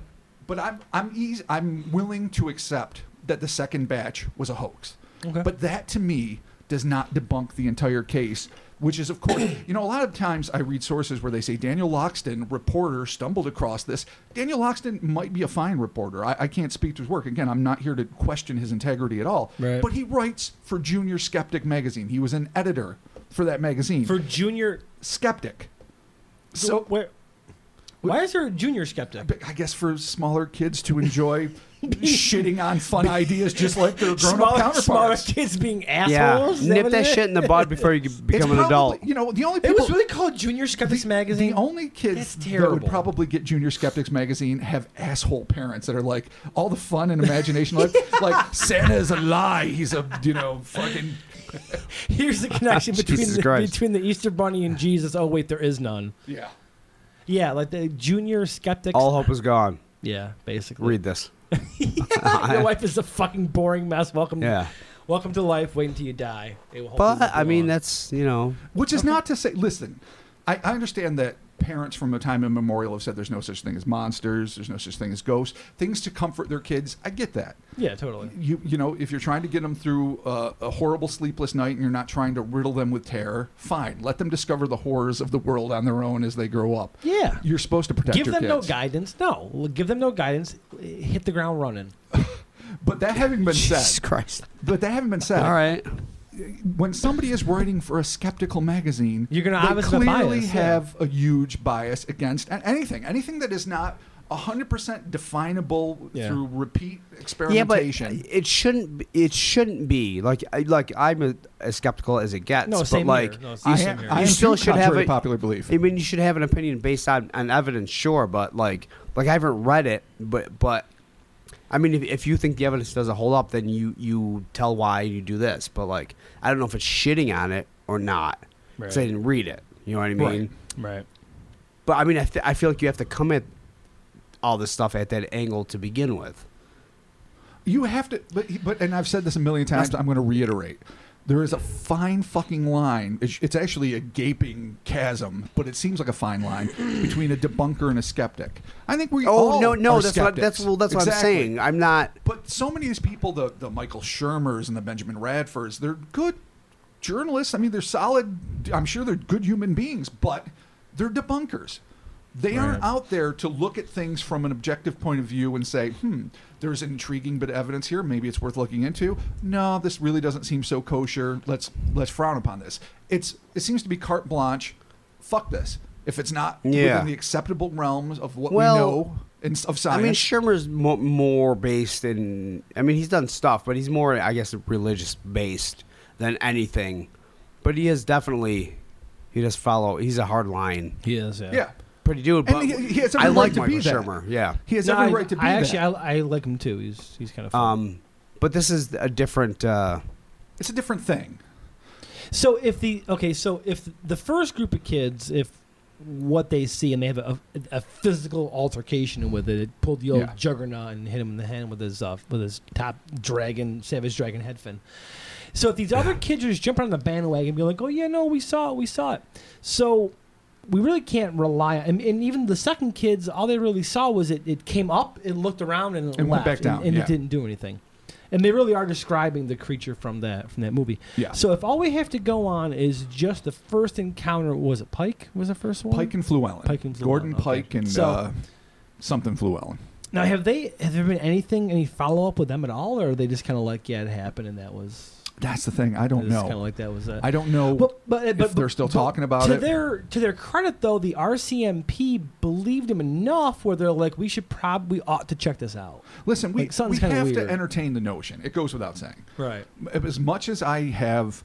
Speaker 3: But I'm I'm easy, I'm willing to accept that the second batch was a hoax.
Speaker 5: Okay.
Speaker 3: But that to me does not debunk the entire case, which is of course you know a lot of times I read sources where they say Daniel Loxton reporter stumbled across this. Daniel Loxton might be a fine reporter. I, I can't speak to his work. Again, I'm not here to question his integrity at all.
Speaker 5: Right.
Speaker 3: But he writes for Junior Skeptic magazine. He was an editor for that magazine.
Speaker 1: for junior.
Speaker 3: Skeptic.
Speaker 1: So
Speaker 3: So
Speaker 1: where? Why is there a junior skeptic?
Speaker 3: but I guess for smaller kids to enjoy shitting on fun ideas just like their grown up
Speaker 1: Smaller, smaller
Speaker 3: counterparts.
Speaker 1: kids being
Speaker 2: Yeah,
Speaker 1: assholes. Is
Speaker 2: nip
Speaker 1: what
Speaker 2: that
Speaker 1: it is?
Speaker 2: shit in the bud before you become
Speaker 3: It's
Speaker 2: an
Speaker 3: probably-
Speaker 2: adult.
Speaker 3: You know, the only
Speaker 1: It
Speaker 3: people
Speaker 1: was really called Junior Skeptics magazine.
Speaker 3: the only
Speaker 1: That's
Speaker 3: kids that would
Speaker 1: terrible.
Speaker 3: probably get Junior Skeptics magazine have asshole parents that are like all the fun and imagination like like Santa is a lie. He's a you know fucking
Speaker 1: Here's the connection between
Speaker 2: Jesus
Speaker 1: the,
Speaker 2: Christ.
Speaker 1: between the Easter Bunny and Jesus. Oh wait, there is none.
Speaker 3: yeah.
Speaker 1: Yeah, like the Junior Skeptics.
Speaker 2: All hope is gone.
Speaker 1: yeah, basically.
Speaker 2: Read this.
Speaker 1: Your life is a fucking boring mess. Welcome,
Speaker 2: Yeah,
Speaker 1: welcome to life. Wait until you die. It will hopefully
Speaker 2: but
Speaker 1: not be
Speaker 2: I mean
Speaker 1: long.
Speaker 2: that's you know
Speaker 3: Which is not to say, listen, I, I understand that parents from a time immemorial have said there's no such thing as monsters, there's no such thing as ghosts, things to comfort their kids. I get that.
Speaker 1: yeah, totally.
Speaker 3: You, you know, if you're trying to get them through a, a horrible sleepless night and you're not trying to riddle them with terror, fine. Let them discover the horrors of the world on their own as they grow up.
Speaker 1: Yeah.
Speaker 3: You're supposed to protect
Speaker 1: Give
Speaker 3: your
Speaker 1: them no
Speaker 3: kids.
Speaker 1: guidance. No, Well, give them no guidance. Hit the ground running.
Speaker 3: But that having been
Speaker 2: Jesus
Speaker 3: said,
Speaker 2: Christ.
Speaker 3: but that having been said,
Speaker 2: All right.
Speaker 3: when somebody is writing for a skeptical magazine,
Speaker 1: You're gonna
Speaker 3: they
Speaker 1: obviously have a
Speaker 3: clearly
Speaker 1: bias, yeah.
Speaker 3: have a huge bias against a- anything, anything that is not hundred percent definable
Speaker 1: Yeah.
Speaker 3: through repeat
Speaker 2: Yeah, but
Speaker 3: experimentation.
Speaker 2: it shouldn't. be- It shouldn't be like I- like I'm a, as skeptical as it gets.
Speaker 1: No,
Speaker 2: but
Speaker 1: same
Speaker 2: like
Speaker 1: here. No,
Speaker 2: you,
Speaker 1: same
Speaker 2: s-
Speaker 1: here.
Speaker 2: you
Speaker 3: I am
Speaker 2: still
Speaker 3: too
Speaker 2: should have
Speaker 3: contrary
Speaker 2: a,
Speaker 3: to popular belief.
Speaker 2: I mean, you should have an opinion based on, on evidence, sure, but like, like I haven't read it, but but, I mean, if, if you think the evidence doesn't hold up, then you you tell why you do this. But like, I don't know if it's shitting on it or not, 'cause I
Speaker 1: Right.
Speaker 2: didn't read it. You know what I mean?
Speaker 3: Right.
Speaker 1: Right.
Speaker 2: But I mean, I, th- I feel like you have to come at all this stuff at that angle to begin with.
Speaker 3: you have to, but, but and I've said this a million times. I'm going to reiterate. There is a fine fucking line. It's it's actually a gaping chasm, but it seems like a fine line between a debunker and a skeptic. I think we
Speaker 2: Oh
Speaker 3: all
Speaker 2: no, no,
Speaker 3: are
Speaker 2: that's what, that's
Speaker 3: skeptics.
Speaker 2: well, that's what I'm
Speaker 3: Exactly.
Speaker 2: saying. I'm not.
Speaker 3: But so many of these people, the the Michael Shermers and the Benjamin Radfords, they're good journalists. I mean, they're solid. I'm sure they're good human beings, but they're debunkers. They aren't out there to look at things from an objective point of view and say, hmm, there's an intriguing bit of evidence here. Maybe it's worth looking into. No, this really doesn't seem so kosher. Let's let's frown upon this. It's it seems to be carte blanche. Fuck this. If it's not
Speaker 2: Yeah.
Speaker 3: within the acceptable realms of what
Speaker 2: Well,
Speaker 3: we know and s- of
Speaker 2: I
Speaker 3: science,
Speaker 2: mean, Shermer's mo- more based in. I mean, he's done stuff, but he's more, I guess, religious based than anything. But he is definitely. He does follow. He's a hard line,
Speaker 1: He is.
Speaker 3: yeah.
Speaker 2: pretty dude. But
Speaker 3: And he, he has every
Speaker 2: I
Speaker 3: right
Speaker 2: like
Speaker 3: to
Speaker 2: Michael
Speaker 3: be that.
Speaker 2: Shermer. Yeah.
Speaker 3: He has
Speaker 1: No,
Speaker 3: every
Speaker 1: I,
Speaker 3: right to be
Speaker 1: I
Speaker 3: that.
Speaker 1: actually I, I like him too. He's he's kind of fun.
Speaker 2: Um, but this is a different. Uh,
Speaker 3: it's a different thing.
Speaker 1: So if the okay, so if the first group of kids, if what they see and they have a, a physical altercation with it, it pulled the old
Speaker 3: Yeah.
Speaker 1: juggernaut and hit him in the hand with his uh, with his top dragon savage dragon head fin. So if these other kids are just jumping on the bandwagon and be like, oh yeah, no, we saw it, we saw it. So we really can't rely on, and, and even the second kids, all they really saw was it, it came up, it looked around, and it
Speaker 3: And went
Speaker 1: left,
Speaker 3: back down,
Speaker 1: and, and
Speaker 3: yeah.
Speaker 1: it didn't do anything. And they really are describing the creature from that from that movie.
Speaker 3: Yeah.
Speaker 1: So if all we have to go on is just the first encounter, was it Pike? Was the first one?
Speaker 3: Pike and Fluellen.
Speaker 1: Pike and Fluellen,
Speaker 3: Gordon
Speaker 1: okay.
Speaker 3: Pike and
Speaker 1: So-
Speaker 3: uh, something Fluellen.
Speaker 1: Now, have they? Have there been anything, any follow up with them at all, or are they just kind of like, yeah, it happened, and that was?
Speaker 3: That's the thing. I don't
Speaker 1: Kind of
Speaker 3: know.
Speaker 1: like that was it.
Speaker 3: I don't know.
Speaker 1: But but, but,
Speaker 3: they're still
Speaker 1: but
Speaker 3: talking about
Speaker 1: to
Speaker 3: it.
Speaker 1: their to their credit though, the RCMP believed him enough where they're like, we should probably ought to check this out.
Speaker 3: Listen, we,
Speaker 1: like, something's
Speaker 3: we
Speaker 1: kinda
Speaker 3: have to
Speaker 1: weird.
Speaker 3: entertain the notion. It goes without saying.
Speaker 1: Right.
Speaker 3: As much as I have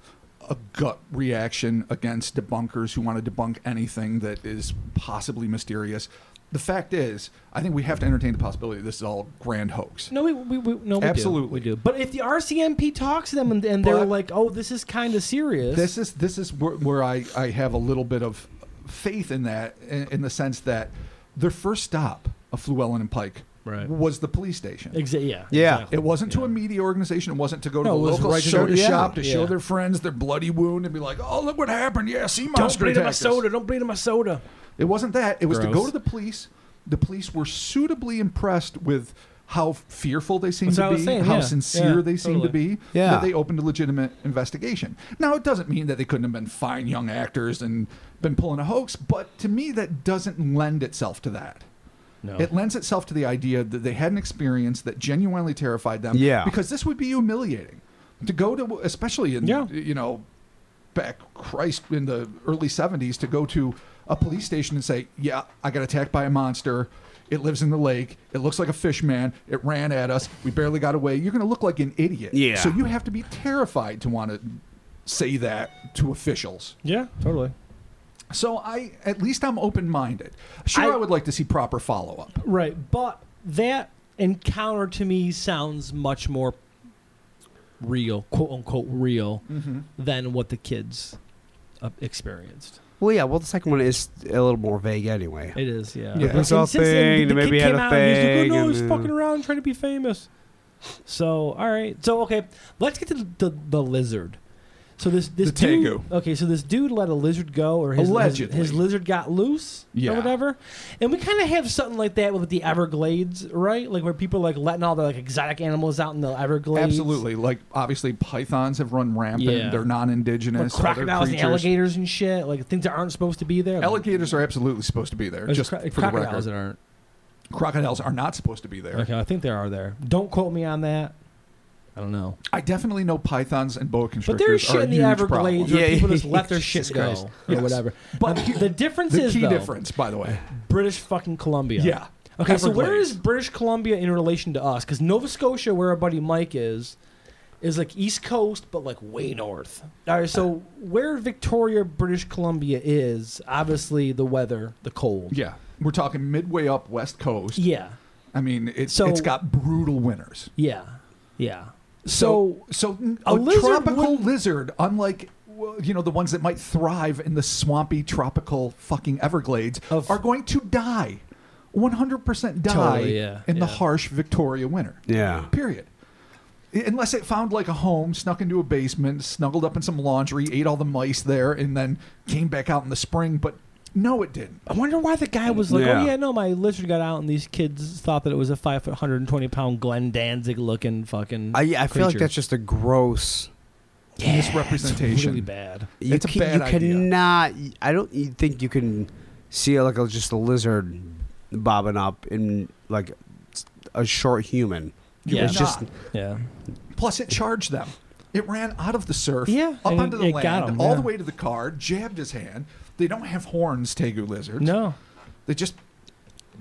Speaker 3: a gut reaction against debunkers who want to debunk anything that is possibly mysterious, the fact is, I think we have to entertain the possibility this is all grand hoax.
Speaker 1: No, we, we, we no, we
Speaker 3: Absolutely.
Speaker 1: do. we do. But if the RCMP talks to them and, and they're
Speaker 3: But-
Speaker 1: like, oh, this is kind of serious.
Speaker 3: This is this is where, where I, I have a little bit of faith in that, in, in the sense that their first stop of Fluellen and Pike
Speaker 1: Right.
Speaker 3: was the police station.
Speaker 1: Exa- yeah.
Speaker 2: Yeah.
Speaker 1: exactly.
Speaker 3: It wasn't to a media organization. It wasn't to go to
Speaker 1: No,
Speaker 3: the
Speaker 1: it was
Speaker 3: local
Speaker 1: right to
Speaker 3: soda
Speaker 2: their- yeah.
Speaker 3: shop to show
Speaker 1: Yeah.
Speaker 3: their friends their bloody wound and be like, "Oh, look what happened! Yeah, see,
Speaker 1: Don't
Speaker 3: monster
Speaker 1: bring in my
Speaker 3: attacked us."
Speaker 1: soda. Don't bring in my soda.
Speaker 3: It wasn't that. It was to
Speaker 1: Gross.
Speaker 3: go to the police, the police were suitably impressed with how fearful they seemed
Speaker 1: That's what
Speaker 3: to
Speaker 1: I was
Speaker 3: be,
Speaker 1: saying,
Speaker 3: how
Speaker 1: yeah,
Speaker 3: sincere
Speaker 1: yeah,
Speaker 3: they seemed to
Speaker 1: totally.
Speaker 3: be,
Speaker 2: Yeah.
Speaker 3: that they opened a legitimate investigation. Now, it doesn't mean that they couldn't have been fine young actors and been pulling a hoax, but to me, that doesn't lend itself to that.
Speaker 6: No.
Speaker 1: Oh.
Speaker 3: It lends itself to the idea that they had an experience that genuinely terrified them.
Speaker 2: Yeah.
Speaker 3: Because this would be humiliating to go to, especially in,
Speaker 1: Yeah.
Speaker 3: you know, back Christ in the early 70s, to go to a police station and say, yeah, I got attacked by a monster. It lives in the lake. It looks like a fish man. It ran at us. We barely got away. You're going to look like an idiot.
Speaker 2: Yeah.
Speaker 3: So you have to be terrified to want to say that to officials.
Speaker 1: Yeah, totally.
Speaker 3: So I, at least I'm open minded. Sure, I,
Speaker 1: I-
Speaker 3: would like to see proper follow up.
Speaker 1: Right, but that encounter to me sounds much more real, quote unquote real, than what the kids uh, experienced.
Speaker 2: Well, yeah. Well, the second one is a little more vague anyway.
Speaker 1: It is, yeah.
Speaker 3: Yeah.
Speaker 1: And
Speaker 2: It's all
Speaker 1: since then,
Speaker 2: thing,
Speaker 1: the
Speaker 2: they
Speaker 1: kid
Speaker 2: maybe had
Speaker 1: came
Speaker 2: a
Speaker 1: out and he's like,
Speaker 2: thing,
Speaker 1: "Oh, no, he's
Speaker 2: and, uh,
Speaker 1: fucking around trying to be famous. So, all right. So, okay, let's get to the, the, the lizard. So this this
Speaker 3: The
Speaker 1: dude,
Speaker 3: Tengu.
Speaker 1: okay, so this dude let a lizard go, or his his,
Speaker 3: Allegedly.
Speaker 1: his lizard got loose,
Speaker 3: Yeah.
Speaker 1: or whatever. And we kind of have something like that with the Everglades, right? Like where people are, like letting all the like exotic animals out in the Everglades,
Speaker 3: Absolutely. Like obviously pythons have run rampant.
Speaker 1: Yeah.
Speaker 3: They're non-indigenous.
Speaker 1: Like
Speaker 3: other
Speaker 1: crocodiles and
Speaker 3: creatures.
Speaker 1: alligators and shit, like things that aren't supposed to be there. Like,
Speaker 3: Alligators are absolutely supposed to be there.
Speaker 1: there's
Speaker 3: Just
Speaker 1: cro-
Speaker 3: for the
Speaker 1: crocodiles
Speaker 3: record,
Speaker 1: that aren't.
Speaker 3: crocodiles are not supposed to be there.
Speaker 1: Okay, I think there are there. Don't quote me on that. I don't know.
Speaker 3: I definitely know pythons and boa
Speaker 1: But
Speaker 3: constrictors.
Speaker 1: there's
Speaker 3: are
Speaker 1: shit
Speaker 3: a
Speaker 1: in the
Speaker 3: huge
Speaker 1: Everglades
Speaker 3: problem.
Speaker 1: where
Speaker 2: Yeah,
Speaker 1: people
Speaker 2: yeah,
Speaker 1: just let their
Speaker 2: Jesus
Speaker 1: shit go
Speaker 2: Christ.
Speaker 1: or
Speaker 3: Yes.
Speaker 1: whatever.
Speaker 3: But
Speaker 1: But
Speaker 3: he-
Speaker 1: the difference
Speaker 3: The
Speaker 1: is
Speaker 3: key
Speaker 1: though,
Speaker 3: difference, by the way.
Speaker 1: British fucking Columbia.
Speaker 3: Yeah.
Speaker 1: Okay, so where
Speaker 3: Everglades.
Speaker 1: is British Columbia in relation to us? Because Nova Scotia, where our buddy Mike is, is like East Coast, but like way north. All right, so where Victoria, British Columbia is, obviously the weather, the cold.
Speaker 3: Yeah. We're talking midway up west coast.
Speaker 1: Yeah.
Speaker 3: I mean, it's
Speaker 1: So-
Speaker 3: it's got brutal winters.
Speaker 1: Yeah. Yeah.
Speaker 3: So
Speaker 1: So,
Speaker 3: so
Speaker 1: a
Speaker 3: a,
Speaker 1: lizard
Speaker 3: tropical
Speaker 1: wouldn't-
Speaker 3: lizard, unlike well, you know the ones that might thrive in the swampy tropical fucking Everglades,
Speaker 1: Of-
Speaker 3: are going to die, one hundred percent die
Speaker 1: Totally, yeah,
Speaker 3: in the
Speaker 1: yeah.
Speaker 3: harsh Victoria winter.
Speaker 2: Yeah.
Speaker 3: Period. I- Unless it found like a home, snuck into a basement, snuggled up in some laundry, ate all the mice there, and then came back out in the spring. But no, it didn't.
Speaker 1: I wonder why the guy was like,
Speaker 2: Yeah.
Speaker 1: "Oh yeah, no, my lizard got out, and these kids thought that it was a five foot, hundred and twenty pound Glenn Danzig looking fucking."
Speaker 2: I, yeah, I feel like
Speaker 1: creature."
Speaker 2: that's just a gross.
Speaker 1: It's
Speaker 3: Misrepresentation.
Speaker 1: really bad.
Speaker 2: You
Speaker 3: It's a
Speaker 2: can,
Speaker 3: bad
Speaker 2: you
Speaker 3: idea.
Speaker 2: cannot. I don't you think you can see like a, just a lizard bobbing up in like a short human.
Speaker 3: You
Speaker 1: Yeah.
Speaker 3: would
Speaker 2: It's just
Speaker 3: not.
Speaker 1: Yeah.
Speaker 3: Plus, it charged them. It ran out of the surf,
Speaker 1: Yeah,
Speaker 3: up
Speaker 1: and
Speaker 3: onto the
Speaker 1: it
Speaker 3: land,
Speaker 1: got 'em,
Speaker 3: all
Speaker 1: yeah.
Speaker 3: the way to the car, jabbed his hand. They don't have horns, tegu lizards.
Speaker 1: No.
Speaker 3: they just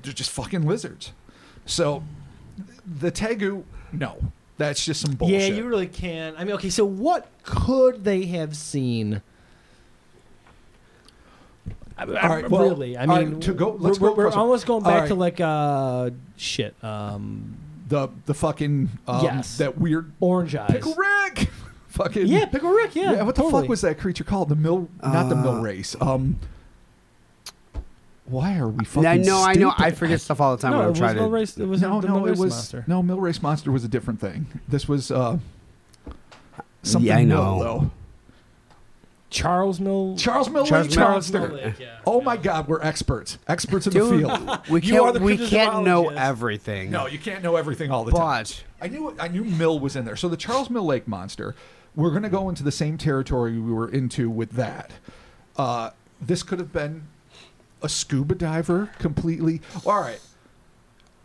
Speaker 3: they're just fucking lizards. So the tegu, no, that's just some bullshit.
Speaker 1: Yeah, you really can. I mean, okay, so what could they have seen? I, I-
Speaker 3: All right, well,
Speaker 1: really, I
Speaker 3: all
Speaker 1: mean,
Speaker 3: right, to go-
Speaker 1: we're-
Speaker 3: let's go
Speaker 1: we're, we're
Speaker 3: closer.
Speaker 1: almost going
Speaker 3: All
Speaker 1: back
Speaker 3: right.
Speaker 1: to like uh shit, um,
Speaker 3: the the fucking um,
Speaker 1: Yes.
Speaker 3: that weird
Speaker 1: orange eyes.
Speaker 3: pickle Rick, fucking
Speaker 1: Yeah, pickle Rick. Yeah,
Speaker 3: what the
Speaker 1: totally.
Speaker 3: fuck was that creature called? The mill, not the mill
Speaker 2: Uh,
Speaker 3: race. Um, why are we fucking?
Speaker 2: I know, I know, I
Speaker 3: stupid?
Speaker 2: forget stuff all the time
Speaker 1: No,
Speaker 2: when
Speaker 1: it
Speaker 2: I'm
Speaker 1: was
Speaker 2: trying
Speaker 1: no
Speaker 2: to.
Speaker 1: race. It was
Speaker 3: no,
Speaker 1: the
Speaker 3: no, it
Speaker 1: Millrace
Speaker 3: was
Speaker 1: monster.
Speaker 3: no mill race monster was a different thing. This was uh, something.
Speaker 2: I
Speaker 3: mill,
Speaker 2: know.
Speaker 3: though.
Speaker 1: Charles Mill.
Speaker 3: Charles Mill
Speaker 2: Charles
Speaker 3: Lake
Speaker 2: Mill-
Speaker 3: monster. Oh my God, we're experts. Experts in the
Speaker 2: Dude,
Speaker 3: field.
Speaker 2: we
Speaker 1: You are the
Speaker 2: can't. We can't know
Speaker 1: cryptozoologist.
Speaker 2: everything.
Speaker 3: No, you can't know everything all the time.
Speaker 2: but
Speaker 3: I knew I knew Mill was in there. So the Charles Mill Lake monster, we're going to go into the same territory we were into with that. Uh, this could have been a scuba diver completely. All right.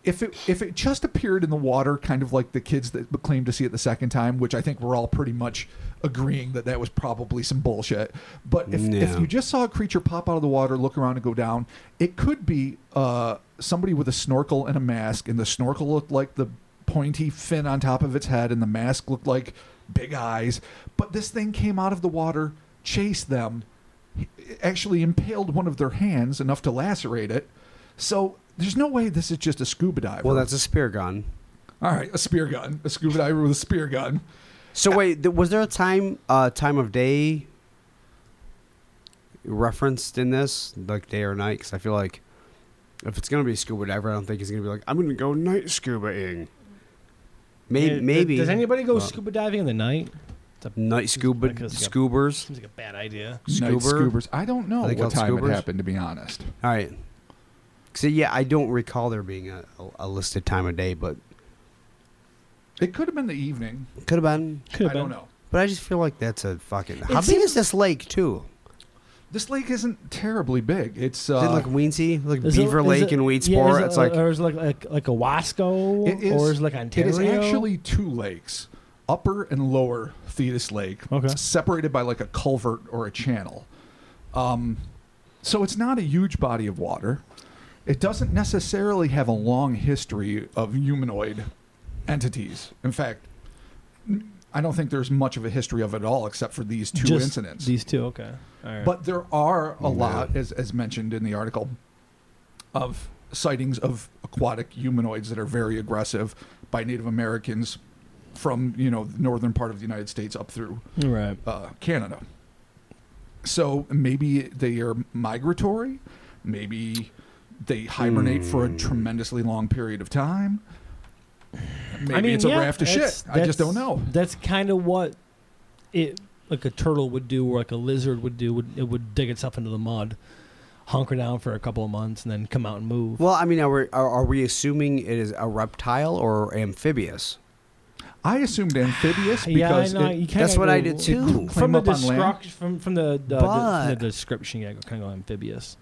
Speaker 3: If it if it just appeared in the water, kind of like the kids that claimed to see it the second time, which I think we're all pretty much agreeing that that was probably some bullshit. But if, if
Speaker 2: Yeah.
Speaker 3: you just saw a creature pop out of the water, look around, and go down, it could be uh, somebody with a snorkel and a mask, and the snorkel looked like the pointy fin on top of its head, and the mask looked like big eyes. But this thing came out of the water, chased them, actually impaled one of their hands enough to lacerate it. So there's no way this is just a scuba diver.
Speaker 2: well, that's a spear gun.
Speaker 3: all right. A spear gun, a scuba diver with a spear gun.
Speaker 2: So wait, th- was there a time, uh, time of day referenced in this, like day or night? Because I feel like if it's gonna be a scuba diver, I don't think he's gonna be like, I'm gonna go night scubaing. Maybe,
Speaker 1: Yeah,
Speaker 2: maybe.
Speaker 1: Does anybody go
Speaker 2: Well,
Speaker 1: scuba diving in the night? It's a,
Speaker 2: night scuba
Speaker 1: Like a scuba.
Speaker 2: scoobers?
Speaker 1: seems like a bad idea.
Speaker 3: Night
Speaker 2: Scuber?
Speaker 3: scoobers. I don't know
Speaker 2: Are they
Speaker 3: what
Speaker 2: called
Speaker 3: time
Speaker 2: scoobers?
Speaker 3: it happened. To be honest,
Speaker 2: All right, So yeah, I don't recall there being a, a, a listed time of day, but
Speaker 3: It could have been the evening.
Speaker 2: could have been.
Speaker 1: Could have
Speaker 3: I
Speaker 1: been.
Speaker 3: don't know.
Speaker 2: But I just feel like that's a fucking. How
Speaker 1: It
Speaker 2: big is this lake too?
Speaker 3: This lake isn't terribly big. It's uh,
Speaker 2: Is it like Weensy, like
Speaker 4: Is it-
Speaker 2: Beaver
Speaker 4: is
Speaker 2: Lake
Speaker 4: it-
Speaker 2: and Weed
Speaker 4: yeah,
Speaker 2: Sport?
Speaker 4: is it-
Speaker 2: it's like
Speaker 4: or is it like like, like a Wasco,
Speaker 3: It is-
Speaker 4: or is it like
Speaker 3: It
Speaker 4: Ontario?
Speaker 3: is actually two lakes, upper and lower Thetis Lake,
Speaker 1: Okay.
Speaker 3: separated by like a culvert or a channel. Um, so it's not a huge body of water. It doesn't necessarily have a long history of humanoid entities. In fact, n- I don't think there's much of a history of it at all except for these two
Speaker 1: Just
Speaker 3: incidents.
Speaker 1: These two, okay. All right.
Speaker 3: But there are a
Speaker 2: Yeah.
Speaker 3: lot, as, as mentioned in the article, of sightings of aquatic humanoids that are very aggressive by Native Americans from you know the northern part of the United States up through
Speaker 1: right.
Speaker 3: uh, Canada. So maybe they are migratory. Maybe they hibernate for a
Speaker 1: Hmm.
Speaker 3: tremendously long period of time. Maybe it's a
Speaker 1: yeah,
Speaker 3: raft of
Speaker 1: that's-
Speaker 3: shit. I
Speaker 1: that's-
Speaker 3: just don't know.
Speaker 1: That's kind of what it like a turtle would do, or like a lizard would do. Would it would dig itself into the mud, hunker down for a couple of months, and then come out and move.
Speaker 2: Well, I mean, are we, are, are we assuming it is a reptile or amphibious?
Speaker 3: I assumed amphibious
Speaker 1: yeah, I
Speaker 3: because
Speaker 1: know.
Speaker 3: it-
Speaker 1: you kinda
Speaker 2: That's what
Speaker 1: go-
Speaker 2: I did too.
Speaker 3: Climb
Speaker 1: From the,
Speaker 3: up on land.
Speaker 1: descrip- from, from the, the,
Speaker 2: But-
Speaker 1: the, the description, yeah, kind of go amphibious.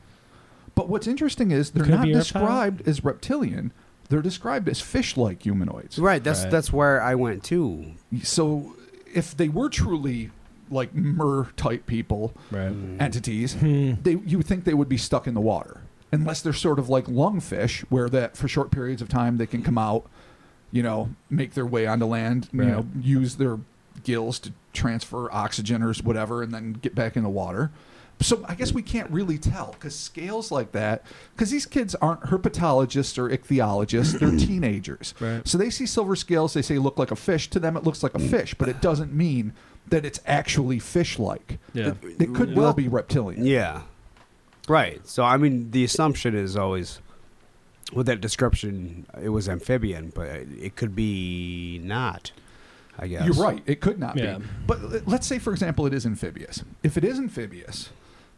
Speaker 3: But what's interesting is they're
Speaker 1: Could it
Speaker 3: not
Speaker 1: be a reptile?
Speaker 3: described as reptilian. They're described as fish-like humanoids.
Speaker 2: Right. That's
Speaker 1: Right.
Speaker 2: that's where I went to.
Speaker 3: So if they were truly like mer-type people
Speaker 1: Right.
Speaker 3: entities, they you would think they would be stuck in the water, unless they're sort of like lungfish, where that for short periods of time they can come out, you know, make their way onto land, you know, use their gills to transfer oxygen or whatever, and then get back in the water. So I guess we can't really tell because scales like that, because these kids aren't herpetologists or ichthyologists; they're teenagers.
Speaker 1: Right.
Speaker 3: So they see silver scales, they say look like a fish. To them, it looks like a fish, but it doesn't mean that it's actually fish-like.
Speaker 1: Yeah.
Speaker 3: It, it could well be reptilian.
Speaker 2: Yeah. Right. So I mean, the assumption is always with that description, it was amphibian, but it, it could be not. I guess
Speaker 3: You're right. It could not
Speaker 1: Yeah.
Speaker 3: be. But l- let's say, for example, it is amphibious. If it is amphibious,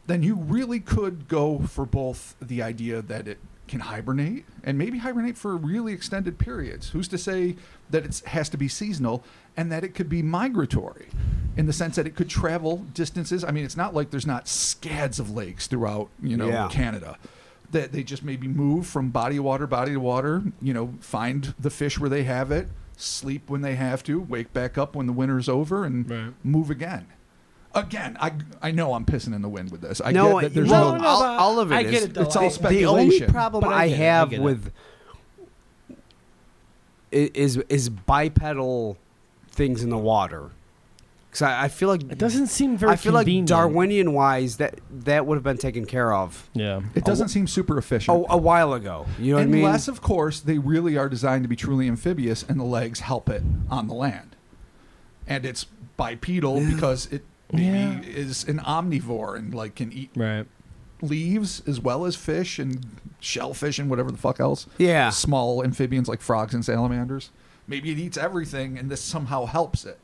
Speaker 3: then you really could go for both the idea that it can hibernate and maybe hibernate for really extended periods. Who's to say that it has to be seasonal and that it could be migratory in the sense that it could travel distances? I mean, it's not like there's not scads of lakes throughout, you know,
Speaker 2: Yeah.
Speaker 3: Canada. That they just maybe move from body of water, body to water, you know, find the fish where they have it, sleep when they have to, wake back up when the winter's over, and
Speaker 1: Right.
Speaker 3: move again. Again, I, I know I'm pissing in the wind with this. I
Speaker 2: No,
Speaker 3: get that there's
Speaker 2: well,
Speaker 3: no,
Speaker 1: no,
Speaker 2: all,
Speaker 1: but
Speaker 2: all of it
Speaker 1: I
Speaker 2: is-
Speaker 1: get it, though.
Speaker 3: It's all
Speaker 1: I-
Speaker 3: spec-
Speaker 2: the only
Speaker 3: speculation.
Speaker 2: problem
Speaker 1: But
Speaker 2: I,
Speaker 1: I get it, I
Speaker 2: have
Speaker 1: get it.
Speaker 2: with i- is is bipedal things in the water because I, I feel like
Speaker 1: It doesn't seem very.
Speaker 2: I feel like
Speaker 1: convenient.
Speaker 2: Darwinian wise that that would have been taken care of
Speaker 1: Yeah.
Speaker 3: it doesn't seem super efficient.
Speaker 2: a, a while ago. You Oh, know what
Speaker 3: Unless, of course, they really are designed to be truly amphibious and the legs help it on the land. And it's bipedal because it maybe
Speaker 1: Yeah.
Speaker 3: is an omnivore and like can eat
Speaker 1: Right.
Speaker 3: leaves as well as fish and shellfish and whatever the fuck else.
Speaker 2: I mean? Yeah.
Speaker 3: Small amphibians like frogs and salamanders. Maybe it eats everything and this somehow helps it.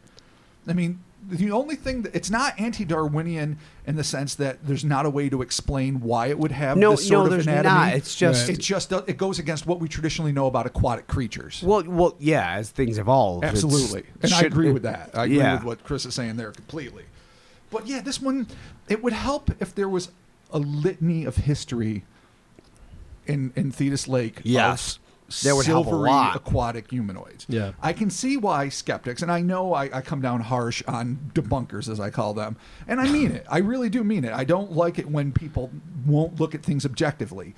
Speaker 3: I mean, the only thing that it's not anti Darwinian in the sense that there's not a way to explain why it would have
Speaker 2: No,
Speaker 3: this sort
Speaker 2: no,
Speaker 3: of
Speaker 2: there's
Speaker 3: anatomy.
Speaker 2: not. It's just-
Speaker 3: it just do- it goes against what we traditionally know about aquatic creatures.
Speaker 2: Well, well, yeah. As things evolve, it's-
Speaker 3: Absolutely. And I
Speaker 2: should-
Speaker 3: agree with that. I agree
Speaker 2: yeah.
Speaker 3: with what Chris is saying there completely. But yeah, this one, it would help if there was a litany of history in, in Thetis Lake. of
Speaker 2: Yes. That would help a
Speaker 3: silvery
Speaker 2: lot.
Speaker 3: aquatic humanoids.
Speaker 1: Yeah.
Speaker 3: I can see why skeptics, and I know I, I come down harsh on debunkers, as I call them, and I mean it. I really do mean it. I don't like it when people won't look at things objectively.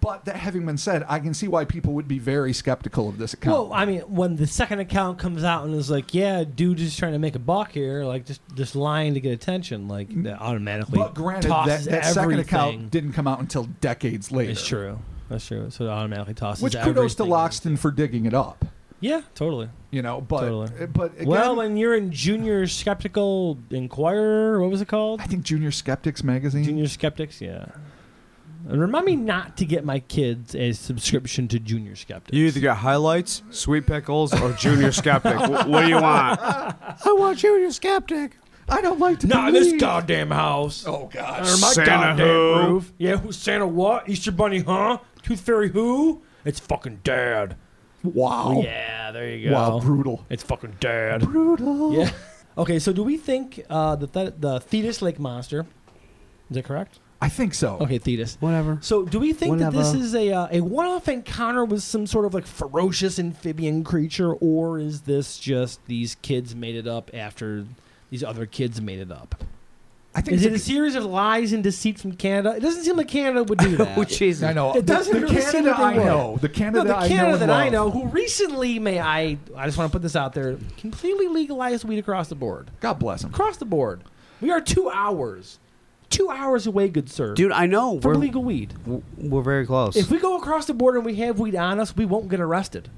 Speaker 3: But that having been said, I can see why people would be very skeptical of this account.
Speaker 1: Well, I mean, when the second account comes out and is like, "Yeah, dude, just trying to make a buck here, like just just lying to get attention," like that automatically.
Speaker 3: Mm. But granted, that,
Speaker 1: tosses
Speaker 3: that second
Speaker 1: everything.
Speaker 3: account didn't come out until decades later.
Speaker 1: It's true. That's true. So it automatically tosses.
Speaker 3: Which kudos to
Speaker 1: everything.
Speaker 3: Loxton for digging it up.
Speaker 1: Yeah, totally.
Speaker 3: You know, but eh,
Speaker 1: Totally.
Speaker 3: but again,
Speaker 1: well, when you're in Junior Skeptical Inquirer, what was it called?
Speaker 3: I think Junior Skeptics magazine.
Speaker 1: Junior Skeptics. Yeah. And Remind me not to get my kids a subscription to Junior Skeptics.
Speaker 2: You either got highlights, sweet pickles, or junior skeptic. Wh- what do you want? I want junior skeptic.
Speaker 3: I don't like to.
Speaker 1: Not in this
Speaker 3: believe.
Speaker 1: goddamn house.
Speaker 3: Oh God,
Speaker 1: Or my
Speaker 2: Santa
Speaker 1: goddamn
Speaker 2: who?
Speaker 1: roof. Yeah, who's Santa what? Easter Bunny, huh? Tooth Fairy who? It's fucking dad.
Speaker 2: Oh.
Speaker 3: Wow.
Speaker 1: Yeah, there you go.
Speaker 3: Wow, brutal.
Speaker 1: It's fucking dad.
Speaker 3: Brutal.
Speaker 1: Yeah. Okay, so do we think uh, the th- the Thetis Lake monster? Is that correct?
Speaker 3: I think so.
Speaker 2: Oh.
Speaker 1: Okay, Thetis.
Speaker 2: Whatever.
Speaker 1: So, do we think that this
Speaker 2: Whatever.
Speaker 1: is a uh, a one off encounter with some sort of like ferocious amphibian creature, or is this just these kids made it up after these other kids made it up?
Speaker 3: I think
Speaker 1: Is it a
Speaker 3: it's
Speaker 1: series of lies and deceit from Canada? It doesn't seem like Canada would do that.
Speaker 2: Oh Jesus!
Speaker 3: a- I know.
Speaker 1: It
Speaker 3: The-
Speaker 1: doesn't
Speaker 3: the,
Speaker 1: really seem
Speaker 3: Canada
Speaker 1: that
Speaker 3: I
Speaker 1: they would.
Speaker 3: know. The
Speaker 1: No,
Speaker 3: Canada,
Speaker 1: the
Speaker 3: I know
Speaker 1: Canada
Speaker 3: and
Speaker 1: that I
Speaker 3: love.
Speaker 1: know, who recently, may I, I just want to put this out there, completely legalized weed across the board.
Speaker 3: God bless him.
Speaker 1: Across the board. We are two hours. Two hours away, good sir.
Speaker 2: dude. I know.
Speaker 1: from
Speaker 2: we're
Speaker 1: legal weed.
Speaker 2: w- we're very close.
Speaker 1: If we go across the border and we have weed on us, we won't get arrested.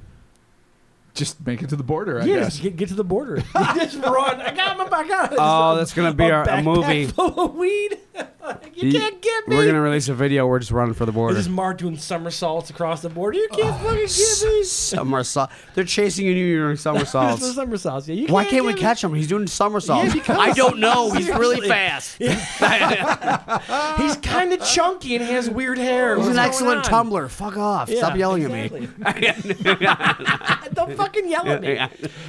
Speaker 3: Just make it to the border, I
Speaker 1: yeah,
Speaker 3: guess.
Speaker 1: just get, get to the border. just run. I got my I got
Speaker 2: oh,
Speaker 1: this-
Speaker 2: that's gonna be our, a
Speaker 1: backpack
Speaker 2: movie.
Speaker 1: full of weed. Like, you,
Speaker 2: You-
Speaker 1: can't get me.
Speaker 2: We're gonna release a video. We're just running for the
Speaker 1: This
Speaker 2: border.
Speaker 1: is Mark doing somersaults across the border. You
Speaker 2: Oh,
Speaker 1: can't fucking get me.
Speaker 2: Somersault. They're chasing you. You're doing
Speaker 1: There's no
Speaker 2: somersaults.
Speaker 1: somersaults. Yeah, you
Speaker 2: Why
Speaker 1: can't
Speaker 2: can't we
Speaker 1: get me.
Speaker 2: catch him? He's doing somersaults.
Speaker 1: Yeah, because-
Speaker 2: I don't know. He's really
Speaker 1: Seriously.
Speaker 2: fast.
Speaker 1: He's kind of chunky and has weird hair.
Speaker 2: He's
Speaker 1: What's
Speaker 2: an
Speaker 1: going
Speaker 2: excellent
Speaker 1: on?
Speaker 2: tumbler. Fuck off.
Speaker 1: Yeah,
Speaker 2: Stop yelling at me.
Speaker 1: exactly. Don't fucking yell at me.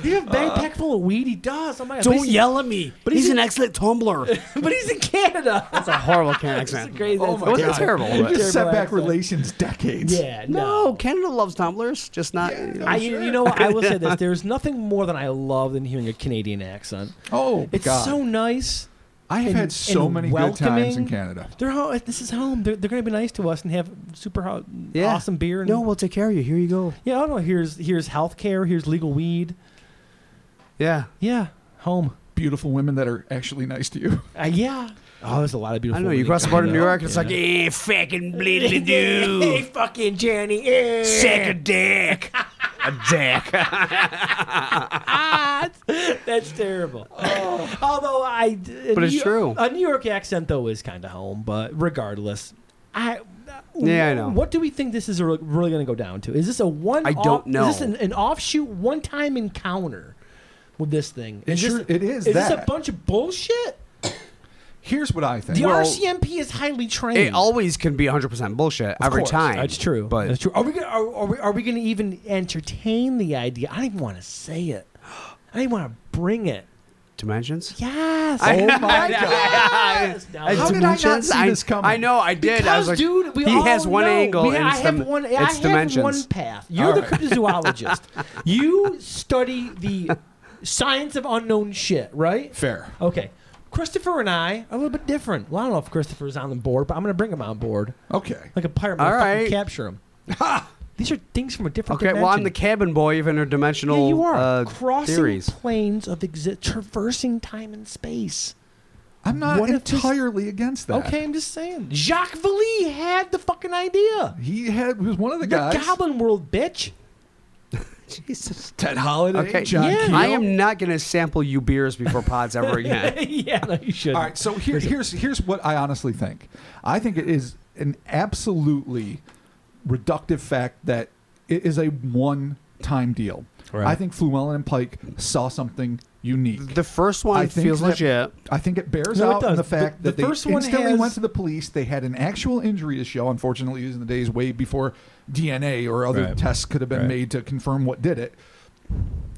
Speaker 1: You have a backpack full of weed. He does. Oh my god. But
Speaker 2: Uh, Don't
Speaker 1: he's-
Speaker 2: yell at me. But he's,
Speaker 1: he's-
Speaker 2: an excellent tumbler. That's
Speaker 1: But he's in Canada. That's
Speaker 2: a horrible Canadian
Speaker 1: a
Speaker 2: accent.
Speaker 1: crazy.
Speaker 3: Oh
Speaker 1: that's
Speaker 3: my
Speaker 1: a-
Speaker 2: It wasn't
Speaker 3: God.
Speaker 2: terrible,
Speaker 3: You
Speaker 2: but-
Speaker 3: just set
Speaker 1: Terrible
Speaker 3: back
Speaker 1: accent.
Speaker 3: relations decades.
Speaker 1: Yeah.
Speaker 2: No, Canada loves tumblers, just not.
Speaker 3: Yeah.
Speaker 1: I, you know, what? I will say this: there's nothing more than I love than hearing a Canadian accent.
Speaker 3: Oh
Speaker 1: It's
Speaker 3: God.
Speaker 1: so nice.
Speaker 3: I have
Speaker 1: and-
Speaker 3: had so
Speaker 1: and
Speaker 3: many good times in
Speaker 1: welcoming.
Speaker 3: Canada.
Speaker 1: They're home. This is home. They're, they're going to be nice to us and have super hot,
Speaker 2: Yeah.
Speaker 1: awesome beer. And,
Speaker 2: No, we'll take care of you. Here you go.
Speaker 1: yeah. I don't know. Here's here's healthcare. Here's legal weed.
Speaker 2: Yeah.
Speaker 1: Yeah. Home.
Speaker 3: Beautiful women that are actually nice to you.
Speaker 1: Uh, yeah. Oh, there's a lot of
Speaker 2: I
Speaker 1: beautiful.
Speaker 2: know. You
Speaker 1: women
Speaker 2: cross the border to
Speaker 1: coming
Speaker 2: New
Speaker 1: up.
Speaker 2: York, it's
Speaker 1: Yeah.
Speaker 2: like, eh, fucking bleeding
Speaker 1: Hey,
Speaker 2: dude.
Speaker 1: fucking Johnny. eh.
Speaker 2: Sack a dick. A dick.
Speaker 1: Ah, that's- that's terrible. Although I,
Speaker 2: But it's
Speaker 1: New-
Speaker 2: true.
Speaker 1: A New York accent though is kind of home, but regardless, I. uh,
Speaker 2: Yeah, I know.
Speaker 1: What do we think this is re- really going to go down to? Is this a one?
Speaker 2: I don't know.
Speaker 1: Is this an, an offshoot, one-time encounter with this thing?
Speaker 3: It
Speaker 1: Is
Speaker 3: sure-
Speaker 1: this,
Speaker 3: it is
Speaker 1: Is this a
Speaker 3: that.
Speaker 1: bunch of bullshit?
Speaker 3: Here's what I think.
Speaker 1: The
Speaker 2: Well,
Speaker 1: RCMP is highly trained.
Speaker 2: It always can be 100% bullshit every
Speaker 3: course.
Speaker 2: time.
Speaker 1: That's true.
Speaker 2: But
Speaker 1: That's true. Are we gonna are, are we are we gonna even entertain the idea? I don't even want to say it. I don't even want to bring it.
Speaker 2: dimensions?
Speaker 1: Yes.
Speaker 3: Oh my God.
Speaker 1: yes. No,
Speaker 3: How did I not
Speaker 2: Dimensions?
Speaker 3: see
Speaker 2: I,
Speaker 3: this coming?
Speaker 2: I know, I did. I
Speaker 1: Because,
Speaker 2: was like,
Speaker 1: dude, we
Speaker 2: he
Speaker 1: all
Speaker 2: has one
Speaker 1: know.
Speaker 2: angle.
Speaker 1: We-
Speaker 2: and
Speaker 1: I
Speaker 2: it's
Speaker 1: have
Speaker 2: dim-
Speaker 1: one. I
Speaker 2: it's
Speaker 1: have
Speaker 2: dimensions.
Speaker 1: one path. You're the cryptozoologist. you study the science of unknown shit, right?
Speaker 3: Fair.
Speaker 1: Okay. Christopher and I are a little bit different. Well, I don't know if Christopher's on the board, but I'm going to bring him on board
Speaker 3: Okay.
Speaker 1: like a pirate. I'm
Speaker 2: All
Speaker 1: gonna fucking
Speaker 2: right.
Speaker 1: capture him. These are things from a different
Speaker 2: Okay, well, I'm
Speaker 1: dimension.
Speaker 2: the cabin boy of interdimensional
Speaker 1: Yeah, you are
Speaker 2: uh,
Speaker 1: crossing
Speaker 2: theories.
Speaker 1: planes of exi- traversing time and space.
Speaker 3: I'm not
Speaker 1: What if this-
Speaker 3: entirely against that.
Speaker 1: Okay, I'm just saying. Jacques Vallée had the fucking idea.
Speaker 3: He had he was one of the,
Speaker 1: The
Speaker 3: guys.
Speaker 1: Goblin World, bitch.
Speaker 2: Jesus.
Speaker 3: Ted Holliday,
Speaker 2: Okay,
Speaker 3: John
Speaker 1: Yeah.
Speaker 3: Keel.
Speaker 2: I am not going to sample you beers before pods ever again.
Speaker 1: yeah, no, you should.
Speaker 3: All right, so here, here's here's what I honestly think. I think it is an absolutely reductive fact that it is a one-time deal.
Speaker 1: Right.
Speaker 3: I think Fluellen and Pike saw something unique.
Speaker 2: the first one
Speaker 3: I think
Speaker 2: feels
Speaker 3: that-
Speaker 2: legit.
Speaker 3: I think it bears
Speaker 1: No, it
Speaker 3: out in
Speaker 1: does.
Speaker 3: the fact
Speaker 1: The-
Speaker 3: that
Speaker 1: the
Speaker 3: they
Speaker 1: first one
Speaker 3: instantly
Speaker 1: has-
Speaker 3: went to the police. They had an actual injury to show. Unfortunately, it was in the days way before DNA or other
Speaker 1: Right.
Speaker 3: tests could have been
Speaker 1: Right.
Speaker 3: made to confirm what did it.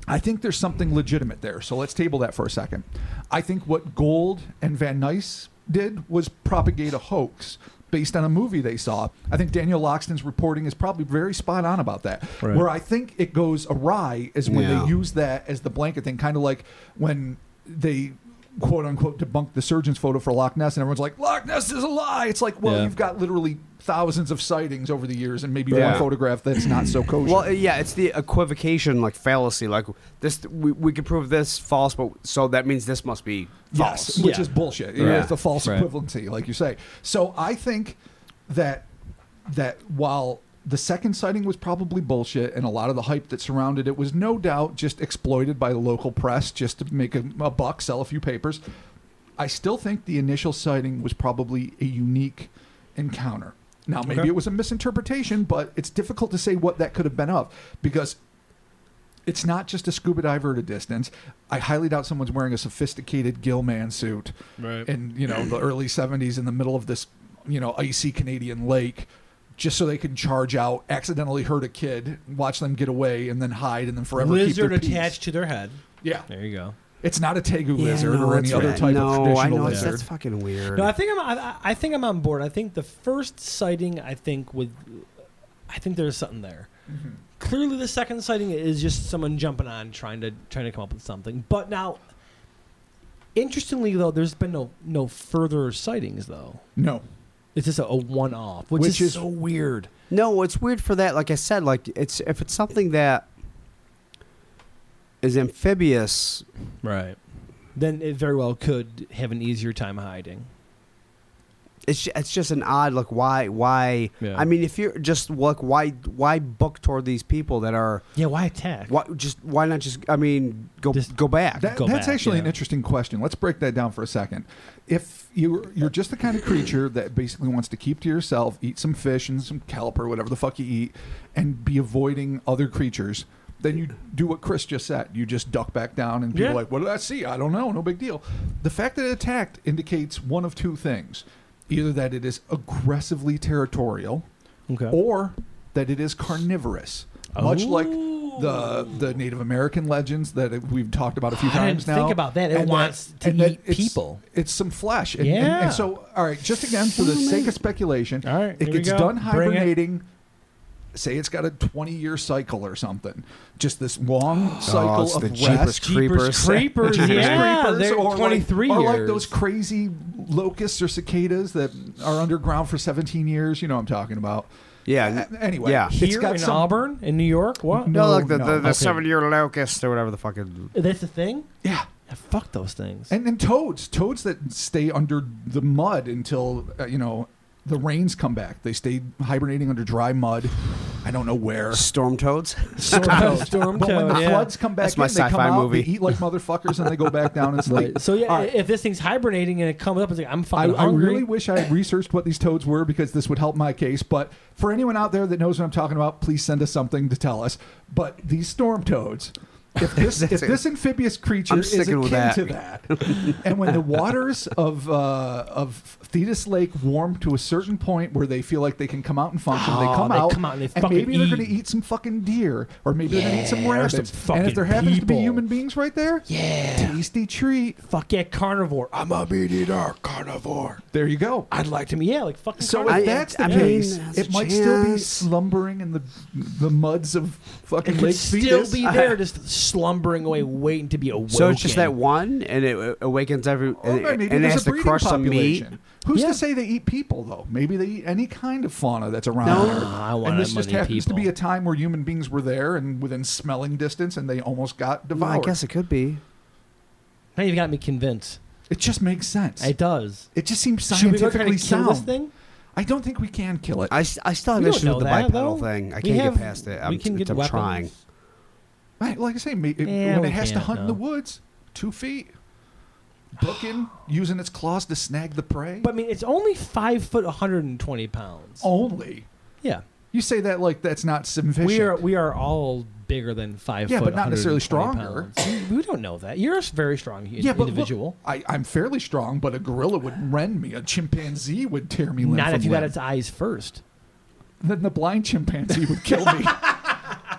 Speaker 3: I think there's something legitimate there. So let's table that for a second. I think what Gold and Van Nuys did was propagate a hoax based on a movie they saw. I think Daniel Loxton's reporting is probably very spot on about that.
Speaker 1: Right.
Speaker 3: Where I think it goes awry is when
Speaker 2: Yeah.
Speaker 3: they use that as the blanket thing, kind of like when they quote unquote debunked the surgeon's photo for Loch Ness and everyone's like, Loch Ness is a lie. It's like, well,
Speaker 1: Yeah.
Speaker 3: you've got literally thousands of sightings over the years and maybe
Speaker 2: Yeah.
Speaker 3: one photograph that's not so kosher.
Speaker 2: Well, uh, yeah, it's the equivocation, like fallacy. Like this, we, we could prove this false, but so that means this must be false.
Speaker 3: Yes, which
Speaker 1: Yeah.
Speaker 3: is bullshit. You know,
Speaker 2: Right.
Speaker 3: it's the false
Speaker 1: Right.
Speaker 3: equivalency, like you say. So I think that that while the second sighting was probably bullshit, and a lot of the hype that surrounded it was no doubt just exploited by the local press just to make a, a buck, sell a few papers. I still think the initial sighting was probably a unique encounter. Now, maybe
Speaker 1: Okay.
Speaker 3: it was a misinterpretation, but it's difficult to say what that could have been of because It's not just a scuba diver at a distance. I highly doubt someone's wearing a sophisticated gill man suit
Speaker 7: Right.
Speaker 3: in you know the early 70s in the middle of this you know icy Canadian lake just so they can charge out, accidentally hurt a kid, watch them get away, and then hide, and then forever
Speaker 1: Lizard
Speaker 3: keep their peace.
Speaker 1: attached to their head.
Speaker 3: Yeah,
Speaker 1: There you go.
Speaker 3: it's not a tegu
Speaker 2: Yeah,
Speaker 3: lizard
Speaker 2: no,
Speaker 3: or
Speaker 2: it's
Speaker 3: any other
Speaker 2: right.
Speaker 3: type
Speaker 2: no,
Speaker 3: of traditional
Speaker 2: I know, it's-
Speaker 3: lizard.
Speaker 2: That's fucking weird.
Speaker 1: No, I think I'm. I, I- I think I'm on board. I think the first sighting. I think with. I think there's something there.
Speaker 3: Mhm.
Speaker 1: Clearly, the second sighting is just someone jumping on trying to trying to come up with something. But now, interestingly though, there's been no no further sightings though.
Speaker 3: No,
Speaker 1: It's just a, a one off, which,
Speaker 3: Which
Speaker 1: is,
Speaker 3: is-
Speaker 1: so weird.
Speaker 2: No, it's weird for that. Like I said, like it's if it's something that is amphibious.
Speaker 1: Right. Then it very well could have an easier time hiding.
Speaker 2: It's ju- it's just an odd like why why
Speaker 7: Yeah.
Speaker 2: I mean if you're just look why why book toward these people that are
Speaker 1: Yeah. Why attack?
Speaker 2: why just why not just I mean go
Speaker 1: Just-
Speaker 2: go back
Speaker 3: That-
Speaker 1: go
Speaker 3: that's
Speaker 1: back,
Speaker 3: actually
Speaker 1: yeah.
Speaker 3: an interesting question. Let's break that down for a second. If you're you're just the kind of creature that basically wants to keep to yourself, eat some fish and some kelp or whatever the fuck you eat, and be avoiding other creatures, then you do what Chris just said. You just duck back down, and people
Speaker 1: Yeah.
Speaker 3: are like, "What did I see? I don't know. No big deal." The fact that it attacked indicates one of two things: either that it is aggressively territorial,
Speaker 1: Okay.
Speaker 3: or that it is carnivorous. Much like the the Native American legends that we've talked about a few
Speaker 1: I didn't
Speaker 3: times now.
Speaker 1: think about that. It wants to
Speaker 3: and that
Speaker 1: eat
Speaker 3: it's-
Speaker 1: people.
Speaker 3: It's some flesh. And, and-
Speaker 1: Yeah.
Speaker 3: and so, all right, just again for the sake of speculation,
Speaker 1: All right,
Speaker 3: it
Speaker 1: here we
Speaker 3: gets
Speaker 1: go.
Speaker 3: done
Speaker 1: Bring it.
Speaker 3: hibernating. Say it's got a twenty-year cycle or something. Just this
Speaker 1: Oh,
Speaker 3: long cycle
Speaker 2: it's
Speaker 3: of
Speaker 2: the
Speaker 3: rest.
Speaker 2: cheapest Creepers.
Speaker 1: creepers, yeah,
Speaker 3: Creepers
Speaker 1: they're
Speaker 3: or like-
Speaker 1: 23
Speaker 3: or
Speaker 1: years.
Speaker 3: like those crazy locusts or cicadas that are underground for 17 years. You know what I'm talking about.
Speaker 2: yeah
Speaker 3: A- Anyway,
Speaker 2: Yeah.
Speaker 3: it's
Speaker 1: here
Speaker 3: got
Speaker 1: in
Speaker 3: some-
Speaker 1: Auburn, in New York. What?
Speaker 3: No,
Speaker 2: no, like the,
Speaker 3: no.
Speaker 2: the, the
Speaker 1: Okay.
Speaker 2: seven year locust or whatever the fucking
Speaker 1: That's the thing.
Speaker 3: Yeah,
Speaker 1: Yeah, fuck those things.
Speaker 3: and and toads, toads that stay under the mud until uh, you know the rains come back. They stay hibernating under dry mud. I don't know where.
Speaker 2: storm toads.
Speaker 1: Storm toad. Storm
Speaker 3: But when
Speaker 1: toad,
Speaker 3: the
Speaker 1: yeah.
Speaker 3: floods come back
Speaker 2: That's my
Speaker 3: in, they come
Speaker 2: sci-fi
Speaker 3: out,
Speaker 2: movie.
Speaker 3: they eat like motherfuckers, and they go back down and sleep.
Speaker 1: Right. So yeah,
Speaker 3: All right.
Speaker 1: if this thing's hibernating and it comes up, it's like I'm
Speaker 3: I,
Speaker 1: fucking
Speaker 3: I
Speaker 1: hungry.
Speaker 3: really wish I had researched what these toads were because this would help my case. But for anyone out there that knows what I'm talking about, please send us something to tell us. But these storm toads, if this if this amphibious creature
Speaker 2: I'm
Speaker 3: is
Speaker 2: sticking
Speaker 3: akin
Speaker 2: with
Speaker 3: to that, and when the waters of uh, of Thetis Lake warm to a certain point where they feel like they can come out and function, they
Speaker 1: Oh,
Speaker 3: come
Speaker 1: they
Speaker 3: out,
Speaker 1: come out and they fucking
Speaker 3: maybe they're going
Speaker 1: eat.
Speaker 3: to eat some fucking deer, or maybe they're going to eat some
Speaker 1: Yeah, or
Speaker 3: rabbits.
Speaker 1: some
Speaker 3: and
Speaker 1: fucking
Speaker 3: if there happens to be
Speaker 1: people.
Speaker 3: human beings right there,
Speaker 1: yeah.
Speaker 3: tasty treat.
Speaker 1: Fuck yeah, carnivore. I'm a meat eater.
Speaker 3: Carnivore. There you go.
Speaker 1: I'd like to. Yeah, like fucking.
Speaker 3: So
Speaker 1: carnivore.
Speaker 2: I-
Speaker 3: if that's the
Speaker 2: I mean,
Speaker 3: case,
Speaker 2: there's
Speaker 3: it
Speaker 2: a
Speaker 3: might still be
Speaker 2: chance.
Speaker 3: slumbering in the the muds of fucking
Speaker 1: it
Speaker 3: Lake
Speaker 1: could still
Speaker 3: Venus.
Speaker 1: be there, just slumbering away, waiting to be awoken.
Speaker 2: So it's just that one, and it awakens every,
Speaker 3: Or
Speaker 2: and,
Speaker 3: maybe
Speaker 2: and it
Speaker 3: there's
Speaker 2: has
Speaker 3: a
Speaker 2: to
Speaker 3: breeding
Speaker 2: crush some meat.
Speaker 3: population. Who's
Speaker 1: Yeah.
Speaker 3: to say they eat people though? Maybe they eat any kind of fauna that's around.
Speaker 2: No.
Speaker 3: Earth.
Speaker 1: Ah, I want
Speaker 3: And this
Speaker 1: money
Speaker 3: just happens
Speaker 1: people.
Speaker 3: to be a time where human beings were there and within smelling distance, and they almost got
Speaker 2: Well,
Speaker 3: devoured.
Speaker 2: I guess it could be.
Speaker 1: now you've got me convinced.
Speaker 3: it just makes sense.
Speaker 1: It does.
Speaker 3: it just seems
Speaker 1: Should we go try to
Speaker 3: scientifically
Speaker 1: kill this
Speaker 3: sound.
Speaker 1: thing?
Speaker 3: I don't think we can kill it.
Speaker 2: I, s- I still have
Speaker 1: We don't
Speaker 2: issues with
Speaker 1: know
Speaker 2: the
Speaker 1: that,
Speaker 2: bipedal
Speaker 1: though.
Speaker 2: thing. I
Speaker 1: We
Speaker 2: can't
Speaker 1: have-
Speaker 2: get past it.
Speaker 1: we
Speaker 2: I'm,
Speaker 1: can get
Speaker 2: I'm
Speaker 1: weapons.
Speaker 2: trying.
Speaker 3: Right, like I say, ma- it,
Speaker 1: Yeah,
Speaker 3: when
Speaker 1: we
Speaker 3: it has to
Speaker 1: can't,
Speaker 3: hunt in
Speaker 1: no.
Speaker 3: the woods, two feet, booking, using its claws to snag the prey.
Speaker 1: But I mean, it's only five foot, 120 pounds.
Speaker 3: only
Speaker 1: yeah.
Speaker 3: you say that like that's not sufficient.
Speaker 1: We are we are all bigger than five.
Speaker 3: Yeah,
Speaker 1: foot,
Speaker 3: but not necessarily
Speaker 1: 120 pounds. we don't know that. You're a very strong hu-
Speaker 3: yeah, but look,
Speaker 1: individual.
Speaker 3: I, I'm fairly strong, but a gorilla would rend me. A chimpanzee would tear me. Limb
Speaker 1: not
Speaker 3: from
Speaker 1: if you
Speaker 3: limb.
Speaker 1: got its eyes first.
Speaker 3: Then the blind chimpanzee would kill me.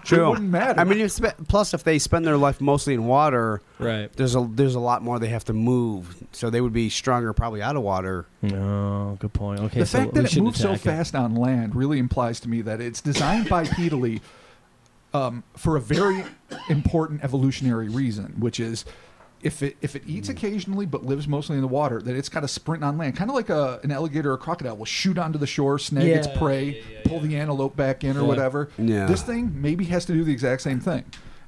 Speaker 3: It wouldn't matter.
Speaker 2: I mean, you spe- plus if they spend their life mostly in water,
Speaker 1: Right.
Speaker 2: there's a there's a lot more they have to move, so they would be stronger probably out of water.
Speaker 1: No, good point. Okay,
Speaker 3: the fact that it moves so fast on land really implies to me that it's designed bipedally um, for a very important evolutionary reason, which is if it if it
Speaker 1: Hmm.
Speaker 3: eats occasionally but lives mostly in the water, that it's got to sprint on land, kind of like a, an alligator or a crocodile will shoot onto the shore, snag its
Speaker 1: Yeah,
Speaker 3: prey,
Speaker 1: yeah, yeah,
Speaker 3: pull the antelope back in or
Speaker 1: Yeah.
Speaker 3: whatever.
Speaker 2: Yeah.
Speaker 3: This thing maybe has to do the exact same thing.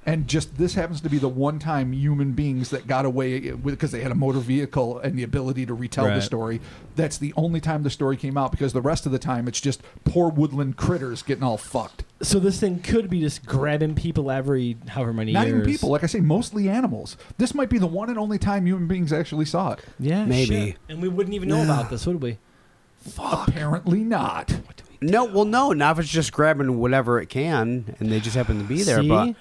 Speaker 3: And just this happens to be the one time human beings that got away because they had a motor vehicle and the ability to retell the
Speaker 1: Right.
Speaker 3: story. That's the only time the story came out because the rest of the time it's just poor woodland critters getting all fucked.
Speaker 1: So this thing could be just grabbing people every however many
Speaker 3: Not
Speaker 1: years.
Speaker 3: even people, like I say, mostly animals. This might be the one and only time human beings actually saw it.
Speaker 1: Yeah,
Speaker 2: Maybe.
Speaker 1: shit. And we wouldn't even know about this, would we?
Speaker 3: Apparently not.
Speaker 2: No, well, no, not if it's just grabbing whatever it can, and they just happen to be there. But
Speaker 1: See?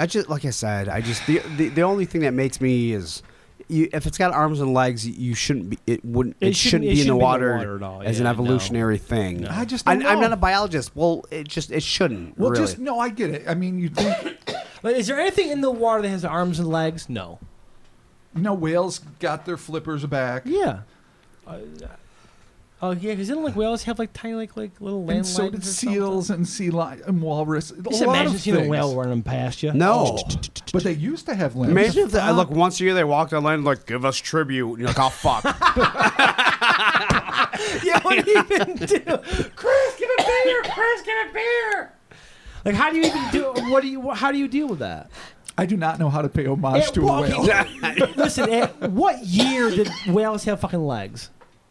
Speaker 2: I just like I said, I just the the, the only thing that makes me is you, if it's got arms and legs, you shouldn't be. It wouldn't. It, shouldn't, be, in the water
Speaker 1: at all.
Speaker 2: as
Speaker 1: Yeah,
Speaker 2: an
Speaker 1: no.
Speaker 2: evolutionary thing.
Speaker 3: I just
Speaker 2: I,
Speaker 3: don't
Speaker 2: I'm
Speaker 3: know.
Speaker 2: not a biologist. Well, it just it shouldn't.
Speaker 3: Well,
Speaker 2: really.
Speaker 3: just no. I get it. I mean, you think
Speaker 1: Like, is there anything in the water that has arms and legs? No.
Speaker 3: no whales got their flippers back.
Speaker 1: Yeah. Uh, Oh yeah, because didn't like whales have like tiny like like little
Speaker 3: And
Speaker 1: land
Speaker 3: so did seals and sea lions and walrus. A
Speaker 1: Just
Speaker 3: lot
Speaker 1: imagine
Speaker 3: of
Speaker 1: seeing
Speaker 3: things.
Speaker 1: a whale running past you.
Speaker 2: no.
Speaker 3: But they used to have limbs.
Speaker 2: Imagine if the, like once a year they walked on land like give us tribute. And you're like, oh fuck.
Speaker 1: yeah, what do you even do? Chris, give a beer. Chris, give a beer. Like, how do you even do? What do you? How do you deal with that?
Speaker 3: I do not know how to pay homage
Speaker 1: Yeah,
Speaker 3: to
Speaker 1: well,
Speaker 3: a
Speaker 1: okay,
Speaker 3: whale.
Speaker 1: Listen, at what year did whales have fucking legs?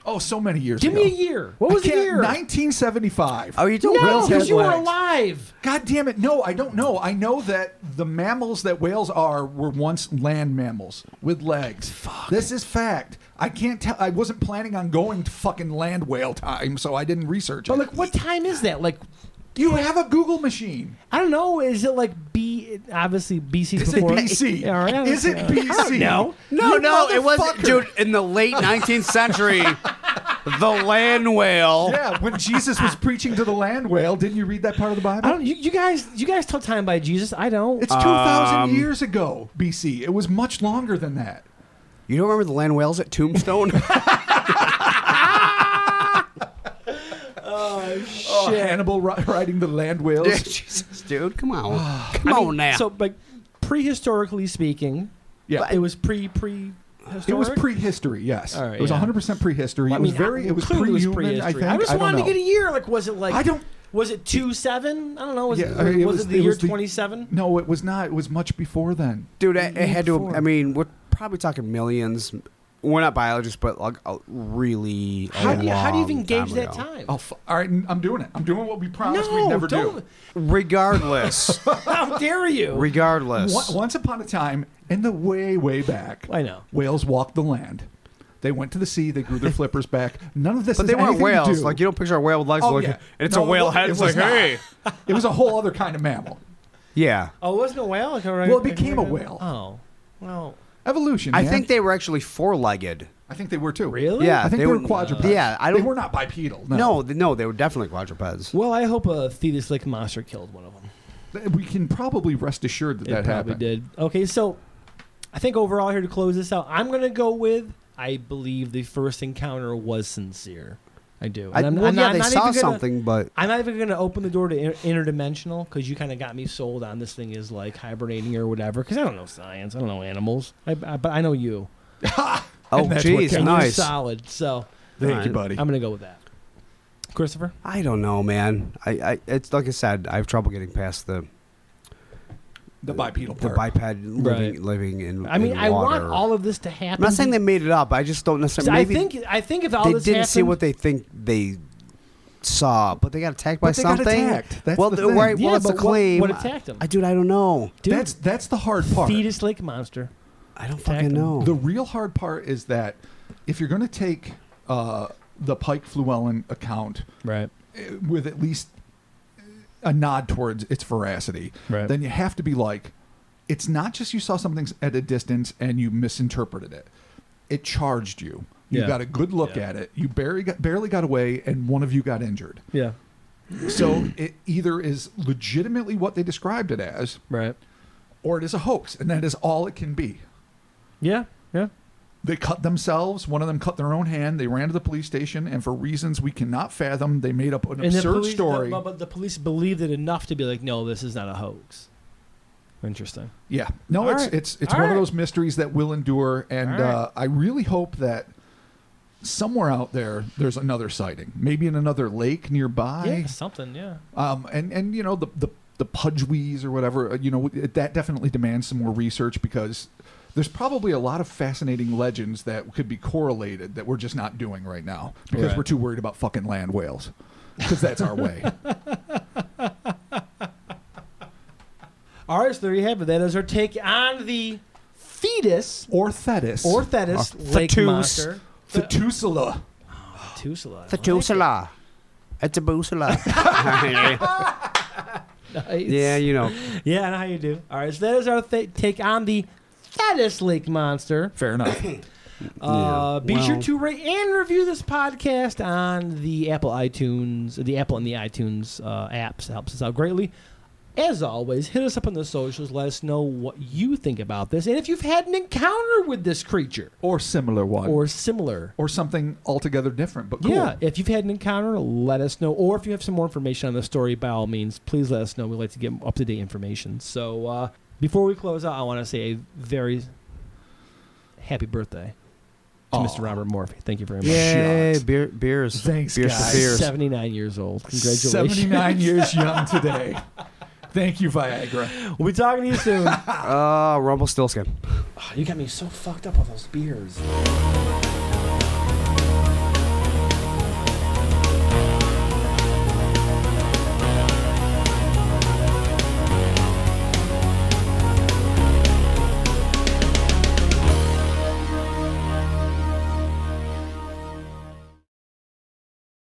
Speaker 3: Oh, so many years
Speaker 1: Give
Speaker 3: ago.
Speaker 1: me a year. What was
Speaker 3: I
Speaker 1: the
Speaker 3: can't-
Speaker 1: year?
Speaker 3: 1975.
Speaker 2: oh, you don't.
Speaker 1: no,
Speaker 3: whales
Speaker 1: because
Speaker 3: had
Speaker 1: you were
Speaker 3: legs.
Speaker 1: alive.
Speaker 3: God damn it. No, I don't know. I know that the mammals that whales are were once land mammals with legs. Fuck. This is fact. I can't tell. I wasn't planning on going to fucking land whale time, so I didn't research it.
Speaker 1: But like, what time is that? Like,
Speaker 3: you have a Google machine.
Speaker 1: I don't know. Is it like B? Obviously, BC
Speaker 3: Is it
Speaker 1: before
Speaker 3: BC?
Speaker 1: All right, I
Speaker 3: Is it
Speaker 1: understand.
Speaker 3: BC?
Speaker 1: know.
Speaker 2: No,
Speaker 3: You
Speaker 2: no, it wasn't,
Speaker 3: motherfucker.
Speaker 2: dude. In the late 19th century, the land whale.
Speaker 3: Yeah, when Jesus was preaching to the land whale, didn't you read that part of the
Speaker 1: I
Speaker 3: Bible?
Speaker 1: don't. You, you guys, you guys tell time by Jesus. I don't.
Speaker 3: It's
Speaker 1: Um,
Speaker 3: 2,000 years ago, BC. It was much longer than that.
Speaker 2: You don't remember the land whales at Tombstone?
Speaker 3: Oh, Hannibal ri- riding the land whales.
Speaker 2: Jesus, dude, come on, come
Speaker 1: I mean,
Speaker 2: on now.
Speaker 1: So, like, prehistorically speaking,
Speaker 3: Yeah.
Speaker 1: it was pre pre.
Speaker 3: It was prehistory, yes.
Speaker 1: All right,
Speaker 3: it was
Speaker 1: yeah.
Speaker 3: 100% prehistory.
Speaker 1: I
Speaker 3: it was
Speaker 1: mean,
Speaker 3: very, it was
Speaker 1: clearly
Speaker 3: pre-human, I
Speaker 1: prehistory.
Speaker 3: think.
Speaker 1: just
Speaker 3: don't
Speaker 1: wanted to
Speaker 3: know.
Speaker 1: get a year. Like, was it like?
Speaker 3: I don't-
Speaker 1: Was it two seven? I don't know. Was
Speaker 3: Yeah,
Speaker 1: it,
Speaker 3: I mean, it
Speaker 1: was,
Speaker 3: was-
Speaker 1: it the
Speaker 3: it
Speaker 1: year
Speaker 3: was the-
Speaker 1: twenty seven?
Speaker 3: No, it was not. It was much before then.
Speaker 2: dude, it, it had to.
Speaker 1: Before.
Speaker 2: I mean, we're probably talking millions. We're not biologists, but like a really.
Speaker 1: How do you how do you even
Speaker 2: long
Speaker 1: gauge that
Speaker 2: ago.
Speaker 1: time?
Speaker 3: Oh, f- all right, I'm doing it. I'm doing what we promised
Speaker 1: no,
Speaker 3: we never
Speaker 1: don't.
Speaker 3: do.
Speaker 2: Regardless,
Speaker 1: How dare you?
Speaker 2: regardless.
Speaker 3: Wa- Once upon a time, in the way, way back,
Speaker 1: I know.
Speaker 3: whales walked the land. They went to the sea. They grew their flippers back. None of this.
Speaker 2: But
Speaker 3: has
Speaker 2: they weren't
Speaker 3: anything to
Speaker 2: whales.
Speaker 3: do-
Speaker 2: Like you don't picture a whale with legs.
Speaker 3: Oh,
Speaker 2: like,
Speaker 3: yeah.
Speaker 2: It's
Speaker 3: No,
Speaker 2: a whale
Speaker 3: it
Speaker 2: head. It's
Speaker 3: was
Speaker 2: like,
Speaker 3: not.
Speaker 2: hey.
Speaker 3: it was a whole other kind of mammal.
Speaker 2: Yeah.
Speaker 1: Oh, it wasn't a whale. Like,
Speaker 3: Well, it became a whale.
Speaker 1: Oh, well,
Speaker 3: Evolution.
Speaker 2: I
Speaker 3: man.
Speaker 2: think they were actually four-legged.
Speaker 3: I think they were too.
Speaker 1: really?
Speaker 2: Yeah,
Speaker 3: I think
Speaker 2: they
Speaker 3: they, were
Speaker 2: were-
Speaker 3: quadrupeds.
Speaker 2: yeah, I don't-
Speaker 3: They were not bipedal.
Speaker 2: No, th- no, they were definitely quadrupeds.
Speaker 1: Well, I hope a Thetis Lick monster killed one of them.
Speaker 3: We can probably rest assured that
Speaker 1: It
Speaker 3: that
Speaker 1: probably
Speaker 3: happened.
Speaker 1: did. Okay, so I think overall here to close this out, I'm gonna go with I believe the first encounter was sincere. I do.
Speaker 2: I,
Speaker 1: And I'm-
Speaker 2: well,
Speaker 1: I'm
Speaker 2: yeah,
Speaker 1: not-
Speaker 2: they
Speaker 1: not
Speaker 2: saw
Speaker 1: even gonna-
Speaker 2: something, but
Speaker 1: I'm not even gonna open the door to inter- interdimensional because you kind of got me sold on this thing is like hibernating or whatever. Because I don't know science, I don't know animals, I, I, but I know you.
Speaker 2: oh,
Speaker 3: that's what
Speaker 2: jeez,
Speaker 1: And you're
Speaker 2: nice.
Speaker 1: solid. So
Speaker 3: Thank
Speaker 2: Alright.
Speaker 3: you, buddy.
Speaker 1: I'm gonna go with that. Christopher,
Speaker 2: I don't know, man. I, I, it's like I said, I have trouble getting past the
Speaker 3: the bipedal
Speaker 2: the
Speaker 3: part.
Speaker 2: biped living,
Speaker 1: Right.
Speaker 2: living in.
Speaker 1: I mean,
Speaker 2: in
Speaker 1: I want
Speaker 2: water.
Speaker 1: all of this to happen.
Speaker 2: I'm not saying they made it up. I just don't necessarily.
Speaker 1: I
Speaker 2: Maybe
Speaker 1: think I think if all
Speaker 2: they
Speaker 1: this
Speaker 2: didn't see
Speaker 1: happened-
Speaker 2: what they think they saw, but they got attacked by
Speaker 3: they got
Speaker 2: something.
Speaker 3: attacked. That's
Speaker 2: well,
Speaker 3: the
Speaker 2: th-
Speaker 3: thing.
Speaker 2: right.
Speaker 1: Yeah,
Speaker 2: well, it's a
Speaker 1: but what-
Speaker 2: claim.
Speaker 1: what attacked them?
Speaker 2: I, dude, I don't know.
Speaker 1: Dude,
Speaker 3: that's that's the hard part.
Speaker 1: fetus lake monster.
Speaker 2: I don't
Speaker 1: Attacked
Speaker 2: fucking
Speaker 1: them.
Speaker 2: know.
Speaker 3: The real hard part is that if you're going to take uh, the Pike Fluellen account
Speaker 8: Right.
Speaker 3: eh, with at least a nod towards its veracity,
Speaker 8: Right.
Speaker 3: then you have to be like, it's not just you saw something at a distance and you misinterpreted it. It charged you. You
Speaker 8: Yeah.
Speaker 3: got a good look
Speaker 8: Yeah.
Speaker 3: at it. You barely got, barely got away, and one of you got injured.
Speaker 8: Yeah.
Speaker 3: So it either is legitimately what they described it as,
Speaker 8: Right.
Speaker 3: or it is a hoax, and that is all it can be.
Speaker 8: Yeah. Yeah.
Speaker 3: They cut themselves. One of them cut their own hand. They ran to the police station, and for reasons we cannot fathom, they made up an absurd
Speaker 1: police,
Speaker 3: story.
Speaker 1: The, but the police believed it enough to be like, no, this is not a hoax.
Speaker 8: Interesting.
Speaker 3: yeah, no,
Speaker 1: All
Speaker 3: it's
Speaker 1: right.
Speaker 3: it's it's
Speaker 1: All
Speaker 3: one of
Speaker 1: right.
Speaker 3: those mysteries that will endure, and
Speaker 1: All right.
Speaker 3: uh, I really hope that somewhere out there there's another sighting, maybe in another lake nearby.
Speaker 1: yeah, something. Yeah.
Speaker 3: Um, and and you know the the the pudgewees or whatever, uh, you know it, that definitely demands some more research because there's probably a lot of fascinating legends that could be correlated that we're just not doing right now because
Speaker 8: Right.
Speaker 3: we're too worried about fucking land whales because that's our way.
Speaker 1: All right, so there you have it. That is our take on the fetus
Speaker 3: Or Thetis.
Speaker 1: or fetus
Speaker 2: Or
Speaker 1: lake
Speaker 2: fetus.
Speaker 1: monster.
Speaker 3: Thetusula.
Speaker 1: Fetusula. I like it.
Speaker 2: It's a boosala.
Speaker 1: Nice.
Speaker 2: Yeah, you know.
Speaker 1: Yeah, I know how you do. All right, so that is our th- take on the Fettus Lake Monster.
Speaker 3: Fair enough.
Speaker 1: Uh,
Speaker 2: Yeah.
Speaker 1: Be sure
Speaker 2: Well-
Speaker 1: to rate and review this podcast on the Apple iTunes, the Apple and the iTunes uh, apps. It helps us out greatly. As always, hit us up on the socials. Let us know what you think about this, and if you've had an encounter with this creature
Speaker 3: or similar one. Or,
Speaker 1: or similar.
Speaker 3: something altogether different, but cool.
Speaker 1: Yeah, if you've had an encounter, let us know. Or if you have some more information on the story, by all means, please let us know. We like to get up to date information. So uh, before we close out, I want to say a very happy birthday to
Speaker 3: Aw.
Speaker 1: Mr. Robert Morphy. Thank you very much.
Speaker 2: Yay,
Speaker 3: Shots.
Speaker 2: beer, beers.
Speaker 3: Thanks,
Speaker 2: beers
Speaker 3: guys.
Speaker 2: for beers.
Speaker 1: 79 years old. Congratulations.
Speaker 3: 79 years young today. Thank you, Viagra.
Speaker 1: We'll be talking to you soon.
Speaker 2: Uh, Ah, Rumble Stillskin.
Speaker 1: you got me so fucked up on those beers.